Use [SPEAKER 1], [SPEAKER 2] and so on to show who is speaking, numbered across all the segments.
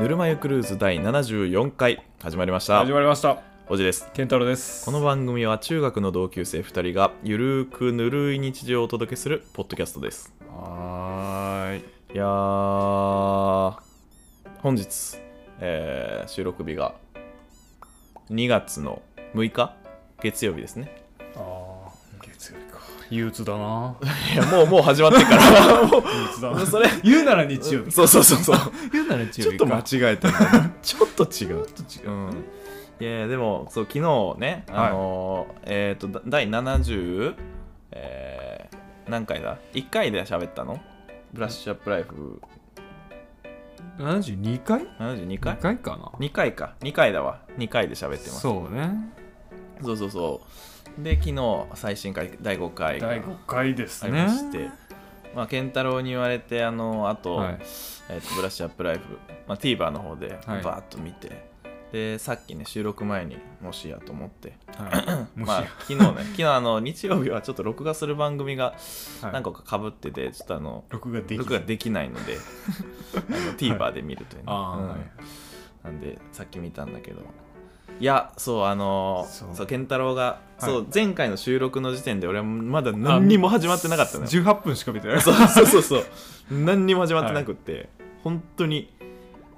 [SPEAKER 1] ぬるま湯クルーズ第74回始まりました
[SPEAKER 2] 始まりました
[SPEAKER 1] おじです
[SPEAKER 2] 健太郎です
[SPEAKER 1] この番組は中学の同級生2人がゆるーくぬるい日常をお届けするポッドキャストです
[SPEAKER 2] はーい
[SPEAKER 1] いやー本日、えー収録日が2月の6日月曜日ですね
[SPEAKER 2] あー月曜日か憂鬱だな
[SPEAKER 1] いやもうもう始まってるからも
[SPEAKER 2] 憂鬱だ
[SPEAKER 1] う それ
[SPEAKER 2] 言うなら日曜日
[SPEAKER 1] そうそうそうそう
[SPEAKER 2] 言うなら日
[SPEAKER 1] ちょっと間
[SPEAKER 2] か
[SPEAKER 1] 違えたんだ なちょっと違う。うん、いやいやでもそう昨日ね、
[SPEAKER 2] はい
[SPEAKER 1] あのーえっ、とだ第70、えー何回だ ?1 回で喋ったのブラッシュアップライフ
[SPEAKER 2] 72回
[SPEAKER 1] 72
[SPEAKER 2] ?2
[SPEAKER 1] 回
[SPEAKER 2] 回かな
[SPEAKER 1] ?2 回か2回だわ2回で喋ってます
[SPEAKER 2] そうね
[SPEAKER 1] そうそうそうで昨日最新回第5回が
[SPEAKER 2] 第5回です
[SPEAKER 1] あ
[SPEAKER 2] ね
[SPEAKER 1] りまして、まあ健太郎に言われてあのあと、
[SPEAKER 2] はい、
[SPEAKER 1] えーとブラッシュアップライフ、まあ、TVer の方で
[SPEAKER 2] は
[SPEAKER 1] バ
[SPEAKER 2] い
[SPEAKER 1] ーッと見て、でさっきね収録前にもしやと思って
[SPEAKER 2] はい、もし、
[SPEAKER 1] まあ、昨日ね 昨日あの日曜日はちょっと録画する番組が
[SPEAKER 2] はい
[SPEAKER 1] 何個かかぶっててちょっとあの
[SPEAKER 2] 録画でき
[SPEAKER 1] 録画できないのであ の TVer で見るというね、
[SPEAKER 2] あー
[SPEAKER 1] うん
[SPEAKER 2] はい
[SPEAKER 1] なんでさっき見たんだけどいやそうあのー
[SPEAKER 2] そう
[SPEAKER 1] そう健太郎が、
[SPEAKER 2] はい
[SPEAKER 1] そう前回の収録の時点で俺はまだ何にも始まってなかったのよ
[SPEAKER 2] 18分しか見て ない
[SPEAKER 1] そうそうそうそう何にも始まってなくって、本当に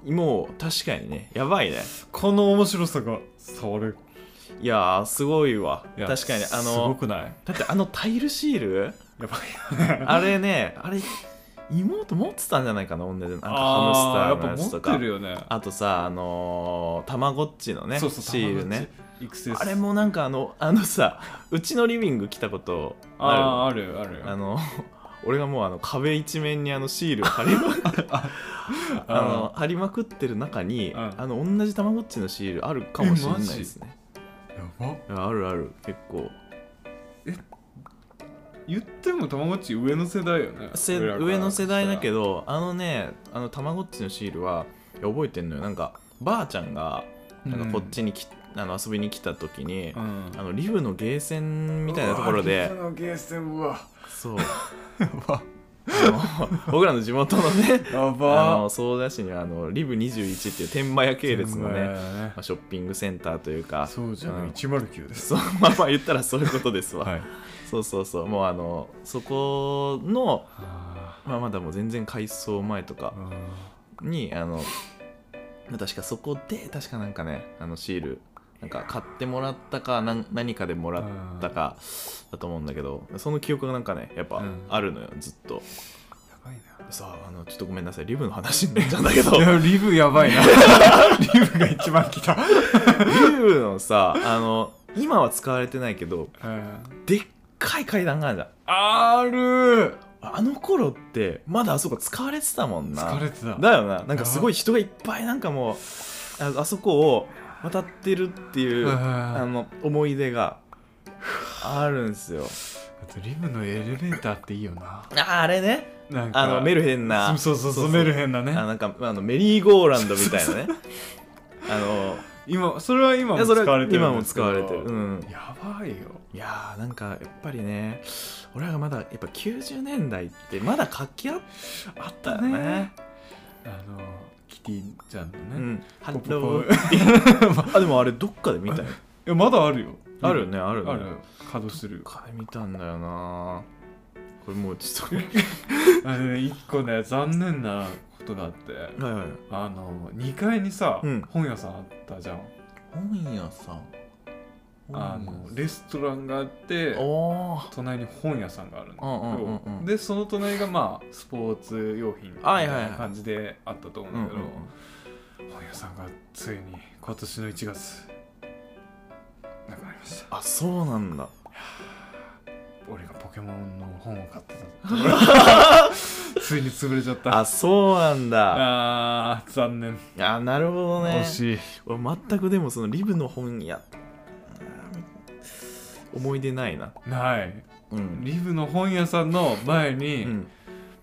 [SPEAKER 1] もう確かにねやばいね
[SPEAKER 2] この面白さが触る
[SPEAKER 1] いやーすごいわ
[SPEAKER 2] いや
[SPEAKER 1] 確かにあ
[SPEAKER 2] すご
[SPEAKER 1] の
[SPEAKER 2] くない
[SPEAKER 1] だってあのタイルシール
[SPEAKER 2] や ばいよね
[SPEAKER 1] あれねあれ妹持ってたんじゃないかな同じなんか
[SPEAKER 2] あ
[SPEAKER 1] ハ
[SPEAKER 2] ー
[SPEAKER 1] ムスターのやつと
[SPEAKER 2] やっぱ持
[SPEAKER 1] か
[SPEAKER 2] ってるよね
[SPEAKER 1] あとさあのーたまごっちのね
[SPEAKER 2] そうそう
[SPEAKER 1] シールね
[SPEAKER 2] たまごっち育成
[SPEAKER 1] あれもなんかあのあのさうちのリビング来たことある
[SPEAKER 2] あーあるある
[SPEAKER 1] あの 俺がもうあの壁一面にあのシールを貼りまく あの貼りまくってる中に、
[SPEAKER 2] うん
[SPEAKER 1] あの同じたまごっちのシールあるかもしれないですね
[SPEAKER 2] やば
[SPEAKER 1] いやあるある結構
[SPEAKER 2] 言ってもたまごっち上の世代よね
[SPEAKER 1] せ
[SPEAKER 2] 俺らから
[SPEAKER 1] 上の世代だけ
[SPEAKER 2] し
[SPEAKER 1] どあのねあのたまごっちのシールはいや覚えてんのよなんかばあちゃんがなんかこっちにき、あの遊びに来た時に、
[SPEAKER 2] たらうん
[SPEAKER 1] あのリブのゲーセンみたいなところで
[SPEAKER 2] うわリフのゲーセンうわ
[SPEAKER 1] そうあの僕らの地元のね
[SPEAKER 2] や
[SPEAKER 1] あ
[SPEAKER 2] ば
[SPEAKER 1] の相田市にはあのリブ21っていう天満屋系列のね、ま
[SPEAKER 2] ね
[SPEAKER 1] あ、ショッピングセンターというか
[SPEAKER 2] そうじゃ
[SPEAKER 1] う
[SPEAKER 2] なんい109です
[SPEAKER 1] そうまあまあ言ったらそういうことですわ、
[SPEAKER 2] はい
[SPEAKER 1] そうそうそうもうあのそこの、
[SPEAKER 2] あ
[SPEAKER 1] まあ、まだもう全然改装前とか
[SPEAKER 2] ー
[SPEAKER 1] にあの確かそこで確かなんかねあのシールなんか買ってもらったかなん何かでもらったかだと思うんだけどその記憶がなんかねやっぱ
[SPEAKER 2] うん
[SPEAKER 1] あるのよ、ずっと
[SPEAKER 2] やばい
[SPEAKER 1] さああのちょっとごめんなさいリブの話になっちゃうんだけど
[SPEAKER 2] ないやリブや ばいなリブが一番きた
[SPEAKER 1] リブのさあの今は使われてないけどでっかい階段があるじゃん
[SPEAKER 2] ある
[SPEAKER 1] あの頃ってまだあそこ使われてたもんな
[SPEAKER 2] 疲れてた
[SPEAKER 1] だよななんかすごい人がいっぱいなんかもうああそこを渡ってるっていう
[SPEAKER 2] はいはいはい
[SPEAKER 1] あの思い出があるんですよ
[SPEAKER 2] あとリブのエレベーターっていいよな
[SPEAKER 1] ああれね
[SPEAKER 2] なんか
[SPEAKER 1] あのメルヘンな
[SPEAKER 2] そうそうそうメルヘンな
[SPEAKER 1] あ
[SPEAKER 2] ね
[SPEAKER 1] なんかあのメリーゴーランドみたいなねあの
[SPEAKER 2] 今それは今
[SPEAKER 1] い
[SPEAKER 2] も
[SPEAKER 1] やそ
[SPEAKER 2] 使
[SPEAKER 1] れ
[SPEAKER 2] われてる
[SPEAKER 1] 今
[SPEAKER 2] ん
[SPEAKER 1] も
[SPEAKER 2] です
[SPEAKER 1] 使
[SPEAKER 2] けど
[SPEAKER 1] われてる、うん、
[SPEAKER 2] やばいよ
[SPEAKER 1] いやーなんかやっぱりね俺らがまだやっぱ90年代ってまだ活気ああったよね
[SPEAKER 2] あのキティちゃんの
[SPEAKER 1] う
[SPEAKER 2] ね、
[SPEAKER 1] んハロ
[SPEAKER 2] ポポ
[SPEAKER 1] ー あでもあれどっかで見たよ
[SPEAKER 2] いやまだあるよ
[SPEAKER 1] あるよねあ
[SPEAKER 2] あ
[SPEAKER 1] る
[SPEAKER 2] る
[SPEAKER 1] よね
[SPEAKER 2] 稼働してる
[SPEAKER 1] どっかで見たんだよなこれもうちょっ と
[SPEAKER 2] あのね一個ね残念なことがあって
[SPEAKER 1] はいはい
[SPEAKER 2] あの2階にさ、
[SPEAKER 1] うん
[SPEAKER 2] 本屋さんあったじゃん
[SPEAKER 1] 本屋さん
[SPEAKER 2] あのレストランがあって
[SPEAKER 1] おー
[SPEAKER 2] 隣に本屋さんがあるだけど
[SPEAKER 1] うんうんうんうん
[SPEAKER 2] でその隣がまあスポーツ用品みた
[SPEAKER 1] はい
[SPEAKER 2] い
[SPEAKER 1] はいはい
[SPEAKER 2] な感じであったと思う
[SPEAKER 1] うんん
[SPEAKER 2] だけど、本屋さんがついに今年の1月なくなりました
[SPEAKER 1] あそうなんだ
[SPEAKER 2] 俺がポケモンの本を買ってたついに潰れちゃった
[SPEAKER 1] あそうなんだ
[SPEAKER 2] あー残念、
[SPEAKER 1] あなるほどね
[SPEAKER 2] 惜しい
[SPEAKER 1] 俺全くでもそのリブの本屋うん思い出ないな
[SPEAKER 2] ない
[SPEAKER 1] うん
[SPEAKER 2] リブの本屋さんの前に、
[SPEAKER 1] うん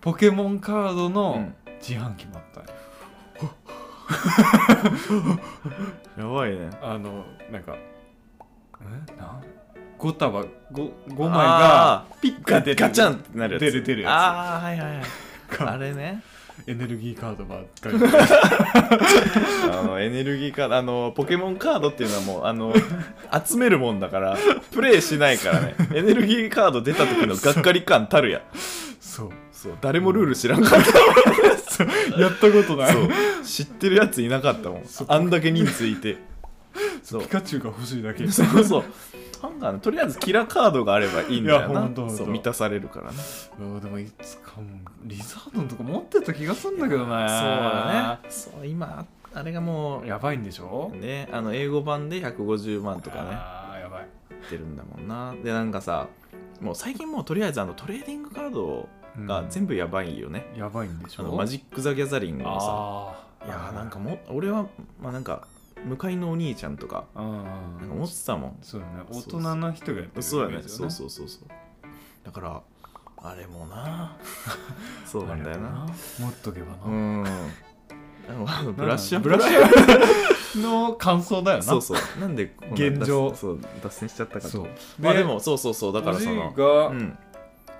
[SPEAKER 2] ポケモンカード
[SPEAKER 1] う
[SPEAKER 2] の
[SPEAKER 1] ん
[SPEAKER 2] 自販機もあった、
[SPEAKER 1] やばいね
[SPEAKER 2] あのなんかえなん5束 5, 五枚が
[SPEAKER 1] あーピッ
[SPEAKER 2] が出てる
[SPEAKER 1] ガチャンってなるやつ
[SPEAKER 2] 出る出るや
[SPEAKER 1] ああはいはいはいあれね
[SPEAKER 2] つエネルギーカードばっか りは
[SPEAKER 1] あのエネルギーカードあのポケモンカードっていうのはもうあ の集めるもんだからプレイしないからねエネルギーカード出た時のがっかり感たるや
[SPEAKER 2] そう
[SPEAKER 1] そう誰もルール知らんかった
[SPEAKER 2] やったことない
[SPEAKER 1] そう知ってるやついなかったもん
[SPEAKER 2] そう
[SPEAKER 1] あんだけ人数いて
[SPEAKER 2] そうピカチュウが欲しいだけ
[SPEAKER 1] そうそうなんかねとりあえずキラカードがあればいいんだよ
[SPEAKER 2] いやほ
[SPEAKER 1] なん
[SPEAKER 2] とほんと
[SPEAKER 1] そう満たされるからね
[SPEAKER 2] うわでもいつかもリザードンとか持ってた気がするんだけ どねそう
[SPEAKER 1] そうだねそう今あれがも
[SPEAKER 2] やばいんでしょ
[SPEAKER 1] うねあの英語版で150万とかね
[SPEAKER 2] あーやばい
[SPEAKER 1] やってるんだもんなでなんかさもう最近もうとりあえずあのトレーディングカードが全部やばいよね、
[SPEAKER 2] やばいんでしょ
[SPEAKER 1] あのマジック・ザ・ギャザリングのさ
[SPEAKER 2] ああ
[SPEAKER 1] いやーなんかもう俺はまあなんか向かいのお兄ちゃんとか
[SPEAKER 2] うん
[SPEAKER 1] なんか持ってたもん
[SPEAKER 2] そうだね
[SPEAKER 1] そ
[SPEAKER 2] 大
[SPEAKER 1] うそう
[SPEAKER 2] 人な人がやってる
[SPEAKER 1] そうやね
[SPEAKER 2] イメージ
[SPEAKER 1] そうそうそうそうだからあれも なそうなんだよな
[SPEAKER 2] 持っとけばな、
[SPEAKER 1] うんでもあのブラッシュアップ
[SPEAKER 2] ブラッシュアップの感想だよな
[SPEAKER 1] そうそうなんでこんな
[SPEAKER 2] 現状
[SPEAKER 1] 脱そう脱線しちゃったか
[SPEAKER 2] そう
[SPEAKER 1] とまあでもそうそうそうだからそ
[SPEAKER 2] お
[SPEAKER 1] の
[SPEAKER 2] じいが
[SPEAKER 1] うん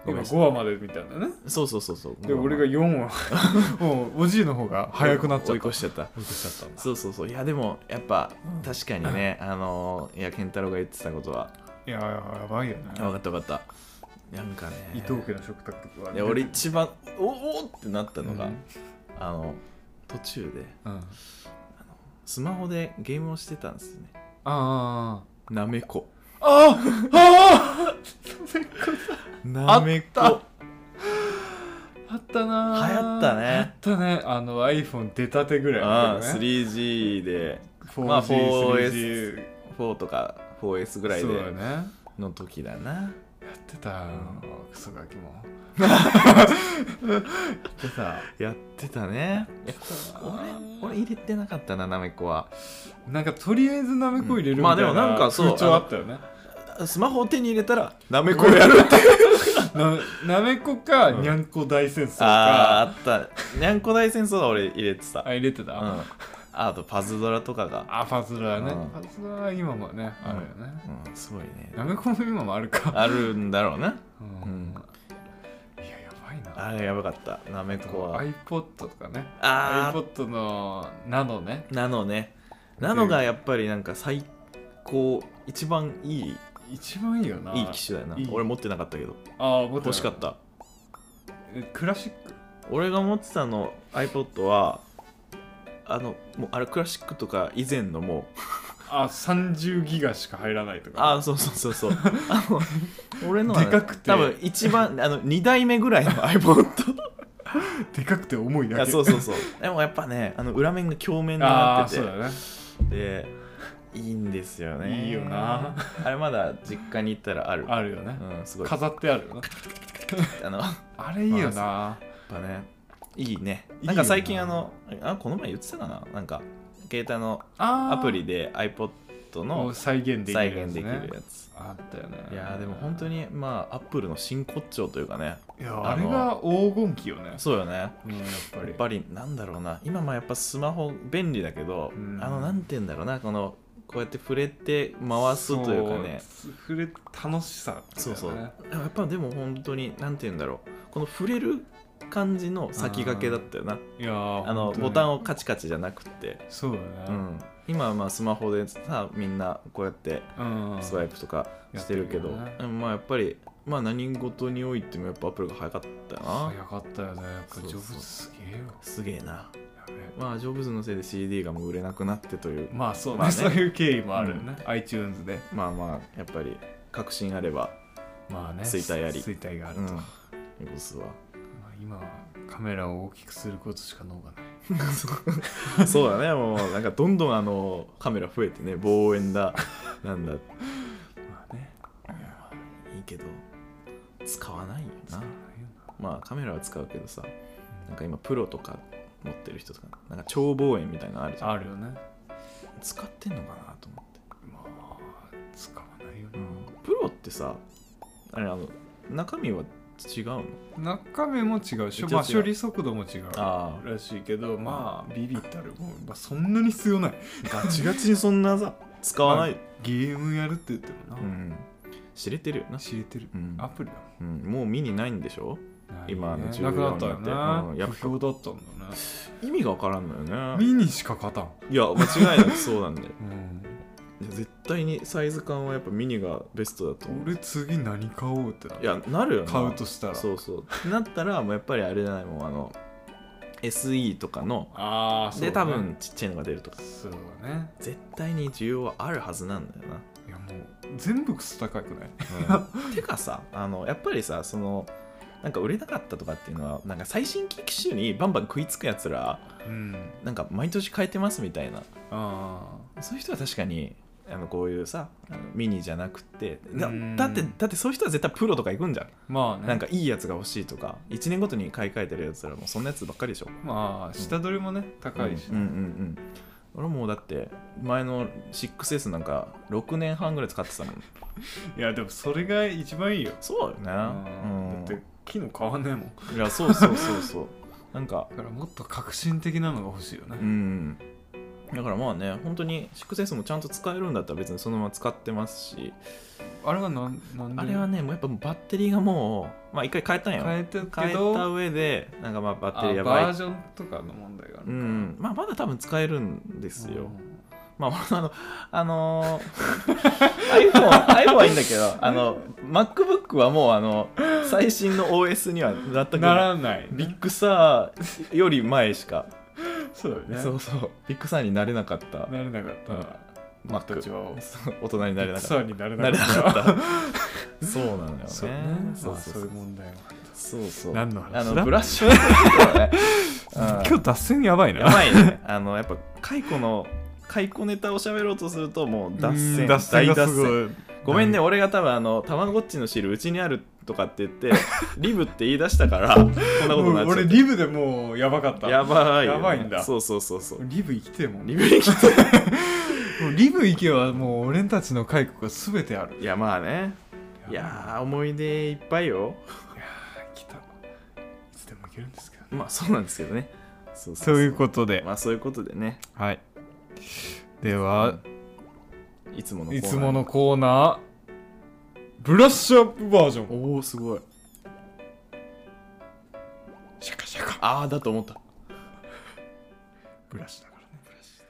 [SPEAKER 1] ごめんな
[SPEAKER 2] 今
[SPEAKER 1] さ
[SPEAKER 2] 5
[SPEAKER 1] い
[SPEAKER 2] 話まで見たんだよね
[SPEAKER 1] そうそうそうそう
[SPEAKER 2] で
[SPEAKER 1] ごめ
[SPEAKER 2] 俺
[SPEAKER 1] ん
[SPEAKER 2] が4話もうおじいの方が早くなっちゃ
[SPEAKER 1] 追
[SPEAKER 2] っ
[SPEAKER 1] い
[SPEAKER 2] た
[SPEAKER 1] 越しちゃった
[SPEAKER 2] 追い越しちゃったんだ
[SPEAKER 1] そうそうそういやでもやっぱ
[SPEAKER 2] うん
[SPEAKER 1] 確かに ね、あのいや健太郎が言ってたことはい
[SPEAKER 2] ややばいよね
[SPEAKER 1] 分かった分かったなんかね
[SPEAKER 2] 伊藤家の食卓とか
[SPEAKER 1] いや俺一番おおってなったのが、
[SPEAKER 2] うん
[SPEAKER 1] あの途中で
[SPEAKER 2] うん
[SPEAKER 1] スマホでゲームをしてたんですよね
[SPEAKER 2] あ
[SPEAKER 1] なめこ
[SPEAKER 2] あああ
[SPEAKER 1] なめ
[SPEAKER 2] あっ
[SPEAKER 1] こ
[SPEAKER 2] あったな
[SPEAKER 1] 流行ったね
[SPEAKER 2] あったねあの iPhone 出たてぐら
[SPEAKER 1] あ
[SPEAKER 2] い
[SPEAKER 1] ー 3G で
[SPEAKER 2] 4G、
[SPEAKER 1] まあ
[SPEAKER 2] 3G
[SPEAKER 1] 4とか 4S ぐらいで
[SPEAKER 2] そうだねや
[SPEAKER 1] の時だな
[SPEAKER 2] ってたよクソガキ もやってた
[SPEAKER 1] やってたねいや俺俺入れてなかったななめこは
[SPEAKER 2] なんかとりあえずなめこ入れる
[SPEAKER 1] うん
[SPEAKER 2] み
[SPEAKER 1] ま
[SPEAKER 2] た
[SPEAKER 1] あで
[SPEAKER 2] い
[SPEAKER 1] もなん
[SPEAKER 2] な
[SPEAKER 1] かそう
[SPEAKER 2] 風潮あったよね
[SPEAKER 1] スマホを手に入れたらなめこやるって
[SPEAKER 2] ななめこか
[SPEAKER 1] うん
[SPEAKER 2] にゃんこ大戦争
[SPEAKER 1] あ
[SPEAKER 2] か
[SPEAKER 1] ーあったにゃんこ大戦争は俺入れてた、
[SPEAKER 2] あ入れてた
[SPEAKER 1] うん、あとパズドラとかが、
[SPEAKER 2] あパズドラね
[SPEAKER 1] うん
[SPEAKER 2] パズドラは今もね
[SPEAKER 1] うん
[SPEAKER 2] あるよね
[SPEAKER 1] うん、すごいね
[SPEAKER 2] なめこも今もあるか
[SPEAKER 1] あるんだろうな
[SPEAKER 2] うん
[SPEAKER 1] うん
[SPEAKER 2] いややばいな
[SPEAKER 1] あれやばかったなめ
[SPEAKER 2] あ
[SPEAKER 1] ことは
[SPEAKER 2] iPod とかね
[SPEAKER 1] あー
[SPEAKER 2] iPod のナノね
[SPEAKER 1] なのねなのがやっぱりなんか最高一番いい
[SPEAKER 2] 一番いいよない
[SPEAKER 1] い機種だよない
[SPEAKER 2] い
[SPEAKER 1] 俺持ってなかったけど
[SPEAKER 2] ああ持って
[SPEAKER 1] 欲しかった
[SPEAKER 2] えクラシック
[SPEAKER 1] 俺が持ってたの iPod はあのもうあれクラシックとか以前のもう
[SPEAKER 2] あ30ギガしか入らないと
[SPEAKER 1] あ
[SPEAKER 2] か
[SPEAKER 1] あそうそうそうそ うあの俺のはね
[SPEAKER 2] でかくて
[SPEAKER 1] 多分一番あの2代目ぐ らいの iPod
[SPEAKER 2] でかくて重い
[SPEAKER 1] い
[SPEAKER 2] だ
[SPEAKER 1] や
[SPEAKER 2] け
[SPEAKER 1] そうそうそうでもやっぱねあの裏面が鏡面に
[SPEAKER 2] あ
[SPEAKER 1] な
[SPEAKER 2] あ
[SPEAKER 1] ってて
[SPEAKER 2] そうだね
[SPEAKER 1] でいいんですよね
[SPEAKER 2] いいよな
[SPEAKER 1] あれまだ実家に行ったらある
[SPEAKER 2] あるよね
[SPEAKER 1] うんすごい
[SPEAKER 2] 飾ってあるよな
[SPEAKER 1] あのやっ
[SPEAKER 2] あれいいよな
[SPEAKER 1] ぱねいいね
[SPEAKER 2] いいよな
[SPEAKER 1] なんか最近あのあこの前言ってたかななんか携帯の
[SPEAKER 2] あ
[SPEAKER 1] アプリ
[SPEAKER 2] で
[SPEAKER 1] で iPod の
[SPEAKER 2] 再現できる
[SPEAKER 1] 再
[SPEAKER 2] や
[SPEAKER 1] 現
[SPEAKER 2] つ
[SPEAKER 1] でき
[SPEAKER 2] ね
[SPEAKER 1] るやつ
[SPEAKER 2] あったよね
[SPEAKER 1] いやーでも本当にまあアップルの真骨頂というかね
[SPEAKER 2] いやあれが黄金期よね
[SPEAKER 1] そうよね
[SPEAKER 2] うんやっぱ
[SPEAKER 1] やっ
[SPEAKER 2] り
[SPEAKER 1] ぱりなんだろうな今まあやっぱスマホ便利だけど、
[SPEAKER 2] うん
[SPEAKER 1] あのなんて言うんだろうなこのこうやって触れて回すというかね
[SPEAKER 2] そう触れ楽しさだよね
[SPEAKER 1] そうそうやっぱでも本当になんて言うんだろうこの触れる感じの先駆けだったよない
[SPEAKER 2] やー
[SPEAKER 1] あの
[SPEAKER 2] 本当に
[SPEAKER 1] ボタンをカチカチじゃなくて、
[SPEAKER 2] そう
[SPEAKER 1] う
[SPEAKER 2] だね
[SPEAKER 1] ん、今はまあスマホでさみんなこうやって
[SPEAKER 2] うん
[SPEAKER 1] スワイプとかしてるけど、
[SPEAKER 2] やってるよね
[SPEAKER 1] うんまあやっぱり、まあ、何事においてもやっぱアップルが早かったよな
[SPEAKER 2] 早かったよねやっぱ
[SPEAKER 1] そうそう
[SPEAKER 2] ジョブズすげえよ
[SPEAKER 1] すげえな
[SPEAKER 2] やべえ
[SPEAKER 1] まあジョブズのせいで CD がもう売れなくなってという
[SPEAKER 2] まあそうね,、
[SPEAKER 1] まあね
[SPEAKER 2] そういう経緯もあるよね、iTunes で
[SPEAKER 1] まあまあやっぱり確信あれば
[SPEAKER 2] まあね
[SPEAKER 1] 衰退あり
[SPEAKER 2] 衰退があると、
[SPEAKER 1] うん
[SPEAKER 2] まあ、
[SPEAKER 1] エゴスは
[SPEAKER 2] 今はカメラを大きくすることしか脳がない
[SPEAKER 1] そうだねもうなんかどんどんあのカメラ増えてね望遠だなんだい
[SPEAKER 2] まあね
[SPEAKER 1] いけど使わないよな
[SPEAKER 2] ないよな
[SPEAKER 1] まあカメラは使うけどさなんか今プロとか持ってる人とかなんか超望遠みたいなのあるじゃん
[SPEAKER 2] あるよね
[SPEAKER 1] 使ってんのかなと思って、
[SPEAKER 2] まあ使わないよね、
[SPEAKER 1] プロってさあれあの中身は違うの
[SPEAKER 2] 中身も違うし、
[SPEAKER 1] 一応
[SPEAKER 2] まあ、
[SPEAKER 1] 違う
[SPEAKER 2] 処理速度も違う
[SPEAKER 1] あ
[SPEAKER 2] らしいけどまあビビったるもん、まあ、そんなに必要ない
[SPEAKER 1] ガチガチにそんなさ使わない、
[SPEAKER 2] ゲームやるって言ってもな、
[SPEAKER 1] うん、知れてるよな、
[SPEAKER 2] 知れてる、
[SPEAKER 1] うん
[SPEAKER 2] アプリだ
[SPEAKER 1] うん、もうミニないんでしょ
[SPEAKER 2] もん
[SPEAKER 1] 今
[SPEAKER 2] ないね
[SPEAKER 1] あの
[SPEAKER 2] なくなったよ
[SPEAKER 1] 重要になってうん
[SPEAKER 2] ね
[SPEAKER 1] やっぱ
[SPEAKER 2] 不評だったんだね
[SPEAKER 1] 意味がわからんのよね
[SPEAKER 2] ミニしか勝たん、
[SPEAKER 1] いや間違いなくそうなんだよ
[SPEAKER 2] う
[SPEAKER 1] いや絶対にサイズ感はやっぱミニがベストだと思
[SPEAKER 2] ん、
[SPEAKER 1] う
[SPEAKER 2] 俺次何買おうってない
[SPEAKER 1] やなるよな
[SPEAKER 2] 買うとしたら
[SPEAKER 1] そうそうってなったらもうやっぱりあれじゃないもんあの SE とかの
[SPEAKER 2] ああそ
[SPEAKER 1] で
[SPEAKER 2] うだね
[SPEAKER 1] 多分ちっちゃいのが出るとか
[SPEAKER 2] そうだね
[SPEAKER 1] 絶対に需要はあるはずなんだよな、
[SPEAKER 2] いやもう全部クソ高くない
[SPEAKER 1] てかさあのやっぱりさそのなんか売れなかったとかっていうのはなんか最新機種にバンバン食いつくやつら
[SPEAKER 2] うん
[SPEAKER 1] なんか毎年変えてますみたいな
[SPEAKER 2] ああ
[SPEAKER 1] そういう人は確かにあのこういうさあのミニじゃなくてだ
[SPEAKER 2] うん
[SPEAKER 1] だってだってそういう人は絶対プロとか行くんじゃん、
[SPEAKER 2] まあね
[SPEAKER 1] なんかいいやつが欲しいとか1年ごとに買い替えてるやつらもそんなやつばっかりでしょ
[SPEAKER 2] まあ下取りもね、高いし、
[SPEAKER 1] うんうんうん俺もうだって前の 6S なんか6年半ぐらい使ってたもん
[SPEAKER 2] いやでもそれが一番いいよ、
[SPEAKER 1] そうよね
[SPEAKER 2] うん、だって機能変わんねえもんだ
[SPEAKER 1] うんいやそうそうそうそうなんか
[SPEAKER 2] からもっと革新的なのが欲しいよね、
[SPEAKER 1] うんだからまあね本当に 6S もちゃんと使えるんだったら別にそのまま使ってますし
[SPEAKER 2] あれはなんなんで
[SPEAKER 1] あれはねもうやっぱバッテリーがもうまあ一回変えたんよ
[SPEAKER 2] 変えてる
[SPEAKER 1] 変
[SPEAKER 2] け
[SPEAKER 1] えた
[SPEAKER 2] ど
[SPEAKER 1] 上でなんかまあバッテリ
[SPEAKER 2] あ
[SPEAKER 1] ーやば
[SPEAKER 2] バー
[SPEAKER 1] い
[SPEAKER 2] ジョンとかの問題があ
[SPEAKER 1] う
[SPEAKER 2] るで
[SPEAKER 1] んまあまだ多分使えるんですよ、まあ、 俺のあの、あのー iPhone、iPhone はいいんだけど、あの、MacBook はもう、あの、最新の OS には全く
[SPEAKER 2] ならない
[SPEAKER 1] ビッグサーより前しか、
[SPEAKER 2] そうだね
[SPEAKER 1] そうそう、ビッグサーになれなかった、
[SPEAKER 2] なれなかっ
[SPEAKER 1] うん
[SPEAKER 2] た
[SPEAKER 1] マック
[SPEAKER 2] 僕たちは
[SPEAKER 1] そう大人になれなかっ
[SPEAKER 2] そうになれ
[SPEAKER 1] た。な
[SPEAKER 2] な
[SPEAKER 1] れな
[SPEAKER 2] かった
[SPEAKER 1] かった。そうなのよね。
[SPEAKER 2] そうね
[SPEAKER 1] そ
[SPEAKER 2] ま
[SPEAKER 1] う
[SPEAKER 2] あ
[SPEAKER 1] そ
[SPEAKER 2] そういうう問題は
[SPEAKER 1] そう。そう
[SPEAKER 2] 何の話だ
[SPEAKER 1] あの、ブラッシュアップとかね
[SPEAKER 2] 今日脱線やばい
[SPEAKER 1] うん
[SPEAKER 2] な
[SPEAKER 1] やばいね。あの、やっぱ、解雇の、解雇ネタを喋ろうとすると、もう脱
[SPEAKER 2] う
[SPEAKER 1] 線、
[SPEAKER 2] ん脱線
[SPEAKER 1] 大
[SPEAKER 2] が
[SPEAKER 1] 脱
[SPEAKER 2] す
[SPEAKER 1] 線。
[SPEAKER 2] ごい
[SPEAKER 1] ごめんね、俺が多分あの、たまごっちの汁うちにあるとかって言って、リブって言い出したから、こんなことにな
[SPEAKER 2] も
[SPEAKER 1] っ
[SPEAKER 2] う
[SPEAKER 1] ちゃ
[SPEAKER 2] 俺
[SPEAKER 1] っ
[SPEAKER 2] リブでもうやばかった
[SPEAKER 1] た。やばいよね、
[SPEAKER 2] やばいんだ
[SPEAKER 1] そうそうそうそう。
[SPEAKER 2] リブ生きてえもん
[SPEAKER 1] リブに来て。
[SPEAKER 2] もうリブ行けはもう俺たちの解雇が全てある
[SPEAKER 1] いや、まあね。いやー、思い出いっぱいよ。
[SPEAKER 2] いやー来たいつでも行けるんですけどね
[SPEAKER 1] まあ、そうなんですけどね。そう
[SPEAKER 2] そういう
[SPEAKER 1] と
[SPEAKER 2] ことで
[SPEAKER 1] まあ、そういうことでね。
[SPEAKER 2] はいでは
[SPEAKER 1] いつものコーナー
[SPEAKER 2] いつもの。コーナーブラッシュアップバージョン
[SPEAKER 1] おお、すごい。
[SPEAKER 2] シャカシャカ
[SPEAKER 1] あー、だと思った。
[SPEAKER 2] ブラシだからねブラシ